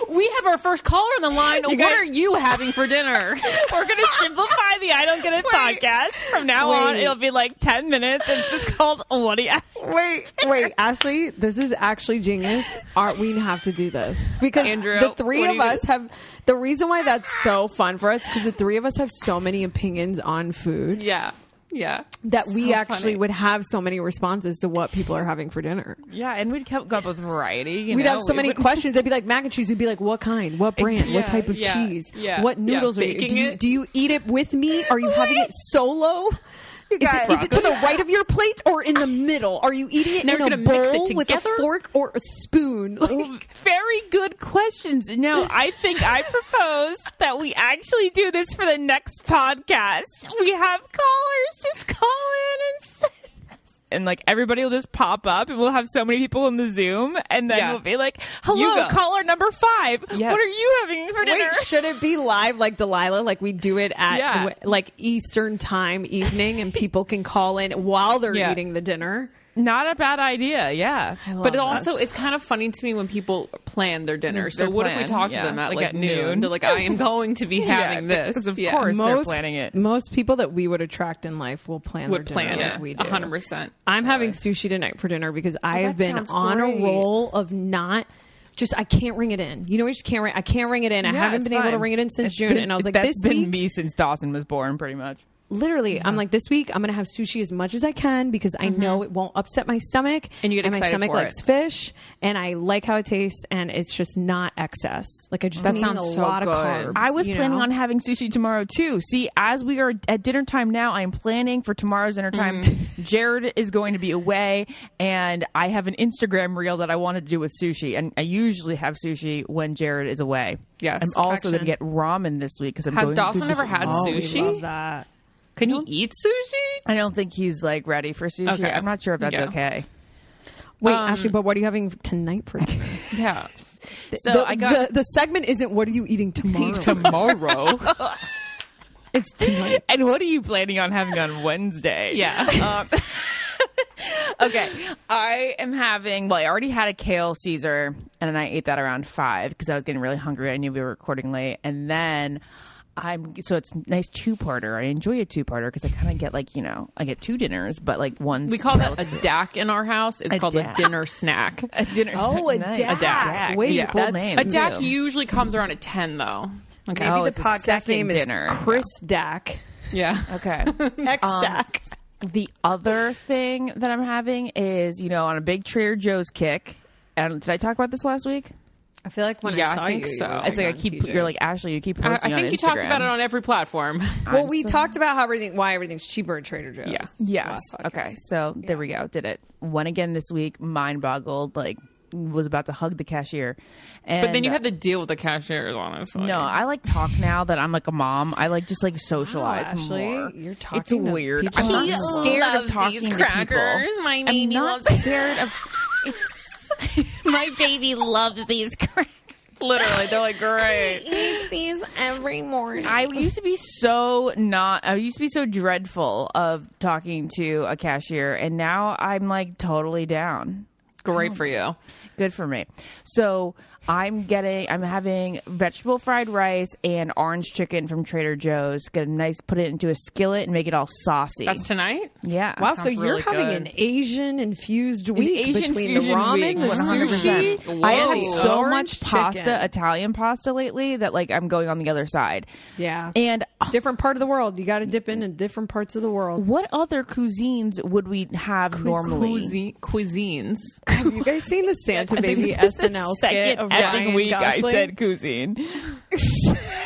[SPEAKER 3] we have our first caller on the line. what
[SPEAKER 2] guys-
[SPEAKER 3] are you having for dinner?
[SPEAKER 2] we're gonna simplify the i don't get it podcast from now on
[SPEAKER 1] Wait.
[SPEAKER 2] it'll be like 10 minutes and just called what are you
[SPEAKER 1] Wait, wait, Ashley, this is actually genius. Are we have to do this because
[SPEAKER 3] Andrew,
[SPEAKER 1] the three
[SPEAKER 3] what do
[SPEAKER 1] of
[SPEAKER 3] you
[SPEAKER 1] us have the reason why that's so fun for us because the three of us have so many opinions on food
[SPEAKER 3] yeah. Yeah.
[SPEAKER 1] that we
[SPEAKER 3] So
[SPEAKER 1] actually
[SPEAKER 3] funny.
[SPEAKER 1] would have so many responses to what people are having for dinner.
[SPEAKER 2] yeah and we'd come up with variety you
[SPEAKER 1] We'd
[SPEAKER 2] know?
[SPEAKER 1] have so
[SPEAKER 2] We
[SPEAKER 1] many
[SPEAKER 2] wouldn't-
[SPEAKER 1] questions. They'd be like mac and cheese. We'd be like, what kind? What brand? what type of
[SPEAKER 3] yeah,
[SPEAKER 1] cheese?
[SPEAKER 3] yeah,
[SPEAKER 1] what
[SPEAKER 3] yeah.
[SPEAKER 1] noodles are you?
[SPEAKER 3] Baking
[SPEAKER 1] Do you,
[SPEAKER 3] it?
[SPEAKER 1] do you eat it with me? Are you having it solo? Is it, is it to the right of your plate or in the middle? Are you eating it
[SPEAKER 3] Now
[SPEAKER 1] in
[SPEAKER 3] we're
[SPEAKER 1] a
[SPEAKER 3] gonna mix it
[SPEAKER 1] bowl with a
[SPEAKER 3] together?
[SPEAKER 1] fork or a spoon? Like-
[SPEAKER 2] Very good questions. No, I think I propose that we actually do this for the next podcast. We have callers just call in and say this. And like everybody will just pop up and we'll have so many people in the Zoom and then
[SPEAKER 3] Yeah.
[SPEAKER 2] we'll be like,
[SPEAKER 3] You
[SPEAKER 2] hello,
[SPEAKER 3] go.
[SPEAKER 2] caller number five.
[SPEAKER 3] Yes.
[SPEAKER 2] What are you having for dinner?
[SPEAKER 1] Wait, should it be live like Delilah? Like we do it at
[SPEAKER 2] Yeah.
[SPEAKER 1] w- like Eastern time evening, and people can call in while they're
[SPEAKER 2] Yeah.
[SPEAKER 1] eating the dinner.
[SPEAKER 2] Not a bad idea. Yeah.
[SPEAKER 3] But it also, it's kind of funny to me when people plan their dinner. So
[SPEAKER 2] Their
[SPEAKER 3] what if we
[SPEAKER 2] plan,
[SPEAKER 3] talk to
[SPEAKER 2] yeah.
[SPEAKER 3] them at
[SPEAKER 2] Like
[SPEAKER 3] like,
[SPEAKER 2] at
[SPEAKER 3] noon?
[SPEAKER 2] noon.
[SPEAKER 3] They're like, I am going to be having
[SPEAKER 2] because
[SPEAKER 3] this.
[SPEAKER 2] of
[SPEAKER 3] Yeah.
[SPEAKER 2] course. They're planning it.
[SPEAKER 1] Most people that we would attract in life will plan.
[SPEAKER 3] Would
[SPEAKER 1] their
[SPEAKER 3] plan
[SPEAKER 1] dinner like
[SPEAKER 3] it.
[SPEAKER 1] we do.
[SPEAKER 3] 100%.
[SPEAKER 1] I'm having sushi tonight for dinner because I have
[SPEAKER 3] that
[SPEAKER 1] been
[SPEAKER 3] sounds
[SPEAKER 1] on
[SPEAKER 3] great.
[SPEAKER 1] a roll of not just I can't ring it in. You know, we just can't ring. I can't ring it in. I
[SPEAKER 2] Yeah,
[SPEAKER 1] haven't
[SPEAKER 2] it's
[SPEAKER 1] been able to
[SPEAKER 2] fine.
[SPEAKER 1] ring it in since
[SPEAKER 2] It's
[SPEAKER 1] June,
[SPEAKER 2] been-
[SPEAKER 1] and I was like,
[SPEAKER 2] that's
[SPEAKER 1] this
[SPEAKER 2] been
[SPEAKER 1] week,
[SPEAKER 2] me since Dawson was born, pretty much.
[SPEAKER 1] literally, I'm like, this week I'm gonna have sushi as much as I can because I know it won't upset my stomach.
[SPEAKER 3] And you get
[SPEAKER 1] my
[SPEAKER 3] excited
[SPEAKER 1] stomach
[SPEAKER 3] for
[SPEAKER 1] likes
[SPEAKER 3] it.
[SPEAKER 1] fish, and I like how it tastes, and it's just not excess. Like I just
[SPEAKER 3] That
[SPEAKER 1] been
[SPEAKER 3] sounds
[SPEAKER 1] eating a
[SPEAKER 3] so
[SPEAKER 1] lot of
[SPEAKER 3] good.
[SPEAKER 1] carbs.
[SPEAKER 2] I was
[SPEAKER 1] you
[SPEAKER 2] planning
[SPEAKER 1] know?
[SPEAKER 2] on having sushi tomorrow too. See, as we are at dinner time now, I am planning for tomorrow's dinner time.
[SPEAKER 3] Mm.
[SPEAKER 2] Jared is going to be away, and I have an Instagram reel that I want to do with sushi. And I usually have sushi when Jared is away.
[SPEAKER 3] Yes.
[SPEAKER 2] I'm also
[SPEAKER 1] Perfection.
[SPEAKER 2] going to get ramen this week because I'm.
[SPEAKER 3] Has
[SPEAKER 2] going
[SPEAKER 3] Dawson
[SPEAKER 2] through this
[SPEAKER 3] ever had
[SPEAKER 2] long-
[SPEAKER 1] We
[SPEAKER 3] sushi?
[SPEAKER 1] love that.
[SPEAKER 3] Can you eat sushi?
[SPEAKER 2] I don't think he's like ready for sushi.
[SPEAKER 3] Okay.
[SPEAKER 2] I'm not sure if that's
[SPEAKER 3] Yeah.
[SPEAKER 2] okay.
[SPEAKER 1] Wait, Ashley, but what are you having tonight for? dinner?
[SPEAKER 3] Yeah.
[SPEAKER 2] So
[SPEAKER 1] the,
[SPEAKER 2] I got
[SPEAKER 1] the, the segment isn't what are you eating tomorrow?
[SPEAKER 3] Tomorrow.
[SPEAKER 1] it's tonight.
[SPEAKER 2] And what are you planning on having on Wednesday?
[SPEAKER 3] yeah.
[SPEAKER 2] Um, okay. I am having, well, I already had a kale Caesar and then I ate that around five because I was getting really hungry. I knew we were recording late. And then I'm, so it's nice two parter. I enjoy a two parter because I kind of get like, you know, I get two dinners, but like one's.
[SPEAKER 3] we call that a DAC in our house. It's
[SPEAKER 2] A
[SPEAKER 3] called
[SPEAKER 2] DAC.
[SPEAKER 3] a dinner snack.
[SPEAKER 2] a dinner.
[SPEAKER 4] Oh, a
[SPEAKER 2] Nice.
[SPEAKER 4] DAC.
[SPEAKER 2] DAC.
[SPEAKER 1] Wait,
[SPEAKER 2] It's a
[SPEAKER 1] yeah.
[SPEAKER 2] cool
[SPEAKER 1] that's-
[SPEAKER 2] name.
[SPEAKER 3] A DAC usually comes around at 10, though. Okay.
[SPEAKER 2] Oh,
[SPEAKER 1] Maybe
[SPEAKER 2] it's
[SPEAKER 1] the
[SPEAKER 2] a
[SPEAKER 1] podcast
[SPEAKER 2] second
[SPEAKER 1] name
[SPEAKER 2] dinner.
[SPEAKER 1] is Chris Dack.
[SPEAKER 3] Yeah.
[SPEAKER 2] Okay.
[SPEAKER 1] X Dack.
[SPEAKER 2] The other thing that I'm having is, you know, on a big Trader Joe's kick. And did I talk about this last week?
[SPEAKER 1] I feel like when
[SPEAKER 3] Yeah,
[SPEAKER 1] I
[SPEAKER 3] I
[SPEAKER 1] saw
[SPEAKER 3] think
[SPEAKER 1] you, you
[SPEAKER 3] so.
[SPEAKER 1] were,
[SPEAKER 2] it's like I
[SPEAKER 1] on
[SPEAKER 2] keep.
[SPEAKER 1] TJ's.
[SPEAKER 2] You're like Ashley. You keep
[SPEAKER 3] I,
[SPEAKER 2] posting.
[SPEAKER 3] I think
[SPEAKER 2] on
[SPEAKER 3] you talked
[SPEAKER 2] Instagram.
[SPEAKER 3] about it on every platform.
[SPEAKER 1] Well, we talked about how everything, why everything's cheaper at Trader Joe's.
[SPEAKER 3] Yeah.
[SPEAKER 2] Yes.
[SPEAKER 1] last podcast.
[SPEAKER 2] Okay. So there we go. Did it. One again this week. Mind boggled. Like was about to hug the cashier. And
[SPEAKER 3] But then you have to deal with the cashiers, honestly.
[SPEAKER 2] No, I like talk now that I'm like a mom. I like just like socialize
[SPEAKER 1] Wow, Ashley,
[SPEAKER 2] more.
[SPEAKER 1] you're
[SPEAKER 2] It's
[SPEAKER 1] talking to
[SPEAKER 2] weird.
[SPEAKER 1] people
[SPEAKER 2] I'm
[SPEAKER 1] He
[SPEAKER 2] not scared of talking to people.
[SPEAKER 3] My
[SPEAKER 2] I'm not scared of. It's, my baby loves these crackers.
[SPEAKER 3] Literally, they're like, great.
[SPEAKER 1] eat these every morning.
[SPEAKER 2] I used to be so not. I used to be so dreadful of talking to a cashier, and now I'm like totally down.
[SPEAKER 3] Great for you.
[SPEAKER 2] Good for me. So I'm getting, I'm having vegetable fried rice and orange chicken from Trader Joe's. Get a nice, put it into a skillet and make it all saucy.
[SPEAKER 3] That's tonight?
[SPEAKER 2] yeah.
[SPEAKER 1] wow, so
[SPEAKER 3] sounds
[SPEAKER 1] you're
[SPEAKER 3] really
[SPEAKER 1] having
[SPEAKER 3] good.
[SPEAKER 1] an Asian infused week
[SPEAKER 2] Asian
[SPEAKER 1] between the
[SPEAKER 2] fusion
[SPEAKER 1] ramen,
[SPEAKER 2] week,
[SPEAKER 1] the
[SPEAKER 2] 100%.
[SPEAKER 1] sushi.
[SPEAKER 2] I
[SPEAKER 1] and
[SPEAKER 2] had
[SPEAKER 1] the
[SPEAKER 2] so
[SPEAKER 1] orange
[SPEAKER 2] much
[SPEAKER 1] chicken.
[SPEAKER 2] pasta, Italian pasta lately that like I'm going on the other side.
[SPEAKER 1] Yeah.
[SPEAKER 2] And uh,
[SPEAKER 1] different part of the world. You got to dip in in different parts of the world.
[SPEAKER 2] what other cuisines would we have normally?
[SPEAKER 3] Cuisine, cuisines.
[SPEAKER 1] Have you guys seen the Santa Baby
[SPEAKER 2] This is the
[SPEAKER 1] SNL skit
[SPEAKER 2] second
[SPEAKER 1] of
[SPEAKER 2] effing
[SPEAKER 1] Ryan
[SPEAKER 2] week
[SPEAKER 1] Gosling?
[SPEAKER 2] I said cuisine. it's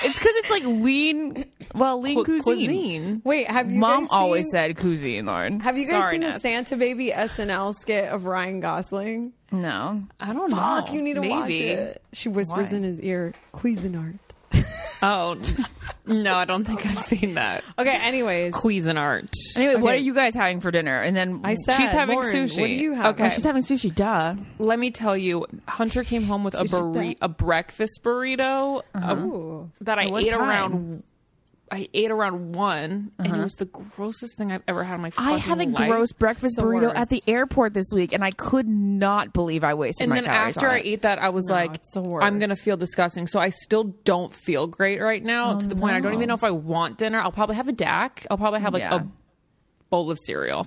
[SPEAKER 2] because it's like lean, well, lean
[SPEAKER 3] Cu-
[SPEAKER 2] cuisine.
[SPEAKER 3] cuisine.
[SPEAKER 1] Wait, have you
[SPEAKER 2] Mom
[SPEAKER 1] guys
[SPEAKER 2] always
[SPEAKER 1] seen-
[SPEAKER 2] said cuisine, Lauren.
[SPEAKER 1] Have you guys
[SPEAKER 2] Sorry,
[SPEAKER 1] seen the
[SPEAKER 2] Ness.
[SPEAKER 1] Santa Baby SNL skit of Ryan Gosling?
[SPEAKER 2] No.
[SPEAKER 3] I don't know.
[SPEAKER 1] Fuck, you need to watch
[SPEAKER 3] Oh, Maybe.
[SPEAKER 1] it. She whispers
[SPEAKER 2] Why?
[SPEAKER 1] in his ear, Cuisinart.
[SPEAKER 3] Oh, no, I don't think I've seen that.
[SPEAKER 1] Okay, anyways.
[SPEAKER 3] Cuisinart.
[SPEAKER 2] Anyway, what are
[SPEAKER 1] Okay.
[SPEAKER 2] you guys having for dinner? And then
[SPEAKER 1] I said,
[SPEAKER 3] She's having
[SPEAKER 1] Lauren,
[SPEAKER 3] sushi.
[SPEAKER 1] What do you have?
[SPEAKER 3] Okay.
[SPEAKER 2] she's having sushi. Duh.
[SPEAKER 3] Let me tell you, Hunter came home with a burri- a breakfast burrito
[SPEAKER 1] Uh-huh.
[SPEAKER 3] of-
[SPEAKER 1] Ooh.
[SPEAKER 3] that I
[SPEAKER 2] what
[SPEAKER 3] ate
[SPEAKER 2] time?
[SPEAKER 3] around. I ate around one, and it was the grossest thing I've ever had in my.
[SPEAKER 2] I had a
[SPEAKER 3] fucking life.
[SPEAKER 2] gross breakfast
[SPEAKER 3] It's the
[SPEAKER 2] burrito at
[SPEAKER 3] worst.
[SPEAKER 2] the airport this week, and I could not believe I wasted
[SPEAKER 3] And
[SPEAKER 2] my
[SPEAKER 3] then
[SPEAKER 2] calories
[SPEAKER 3] after
[SPEAKER 2] on
[SPEAKER 3] I
[SPEAKER 2] it.
[SPEAKER 3] ate that, I was like,
[SPEAKER 1] it's the
[SPEAKER 3] I'm
[SPEAKER 1] worst.
[SPEAKER 3] gonna feel disgusting. So I still don't feel great right now.
[SPEAKER 1] Oh,
[SPEAKER 3] to the point I don't even know if I want dinner. I'll probably have a DAC. I'll probably have like
[SPEAKER 2] Yeah.
[SPEAKER 3] a bowl of cereal.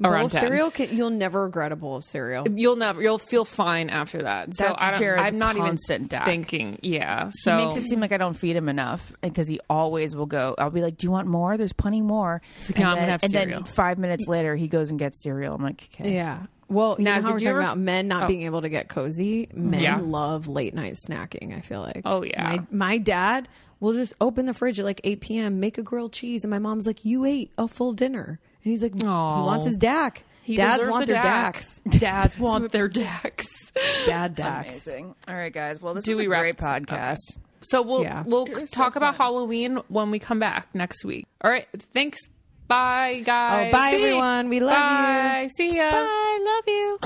[SPEAKER 1] Bowl
[SPEAKER 3] around
[SPEAKER 1] of
[SPEAKER 3] 10.
[SPEAKER 1] cereal? Can, you'll never regret a bowl of cereal.
[SPEAKER 3] You'll never. You'll feel fine after that. So
[SPEAKER 2] That's
[SPEAKER 3] I don't,
[SPEAKER 2] Jared's
[SPEAKER 3] I'm not even
[SPEAKER 2] constant DAC.
[SPEAKER 3] thinking. Yeah.
[SPEAKER 2] He
[SPEAKER 3] So
[SPEAKER 2] makes it seem like I don't feed him enough because he always will go. I'll be like, "Do you want more? There's plenty more."
[SPEAKER 3] like,
[SPEAKER 2] and
[SPEAKER 3] "No, I'm
[SPEAKER 2] then,
[SPEAKER 3] gonna have
[SPEAKER 2] and
[SPEAKER 3] cereal."
[SPEAKER 2] then five minutes later, he goes and gets cereal. I'm like, "Okay."
[SPEAKER 1] Yeah. Well, you Oh. Mm-hmm.
[SPEAKER 3] Now,
[SPEAKER 1] know how
[SPEAKER 3] did
[SPEAKER 1] we're
[SPEAKER 3] you
[SPEAKER 1] talking
[SPEAKER 3] ever-
[SPEAKER 1] about men not being able to get cozy. Men
[SPEAKER 3] Yeah.
[SPEAKER 1] love late night snacking. I feel like.
[SPEAKER 3] Oh, yeah.
[SPEAKER 1] My, my dad will just open the fridge at like 8 p.m., make a grilled cheese, and my mom's like, "You ate a full dinner," and he's like, "He
[SPEAKER 3] Aw.
[SPEAKER 1] wants his DAC.
[SPEAKER 3] He
[SPEAKER 1] Dads
[SPEAKER 3] deserves
[SPEAKER 1] want
[SPEAKER 3] the
[SPEAKER 1] their
[SPEAKER 3] DAC.
[SPEAKER 1] DACs.
[SPEAKER 3] Dads want their DACs.
[SPEAKER 1] Dad DACs.
[SPEAKER 2] Amazing. All right, guys. Well, this
[SPEAKER 3] Do
[SPEAKER 2] is
[SPEAKER 3] we
[SPEAKER 2] a
[SPEAKER 3] wrap
[SPEAKER 2] great
[SPEAKER 3] this up?
[SPEAKER 2] podcast.
[SPEAKER 3] So we'll
[SPEAKER 1] Yeah.
[SPEAKER 3] we'll talk about Halloween when we come back next week. All right. Thanks. Bye, guys.
[SPEAKER 1] Oh, bye, everyone. We love you.
[SPEAKER 3] Bye. See ya.
[SPEAKER 1] I love you.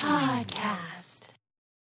[SPEAKER 5] Podcast.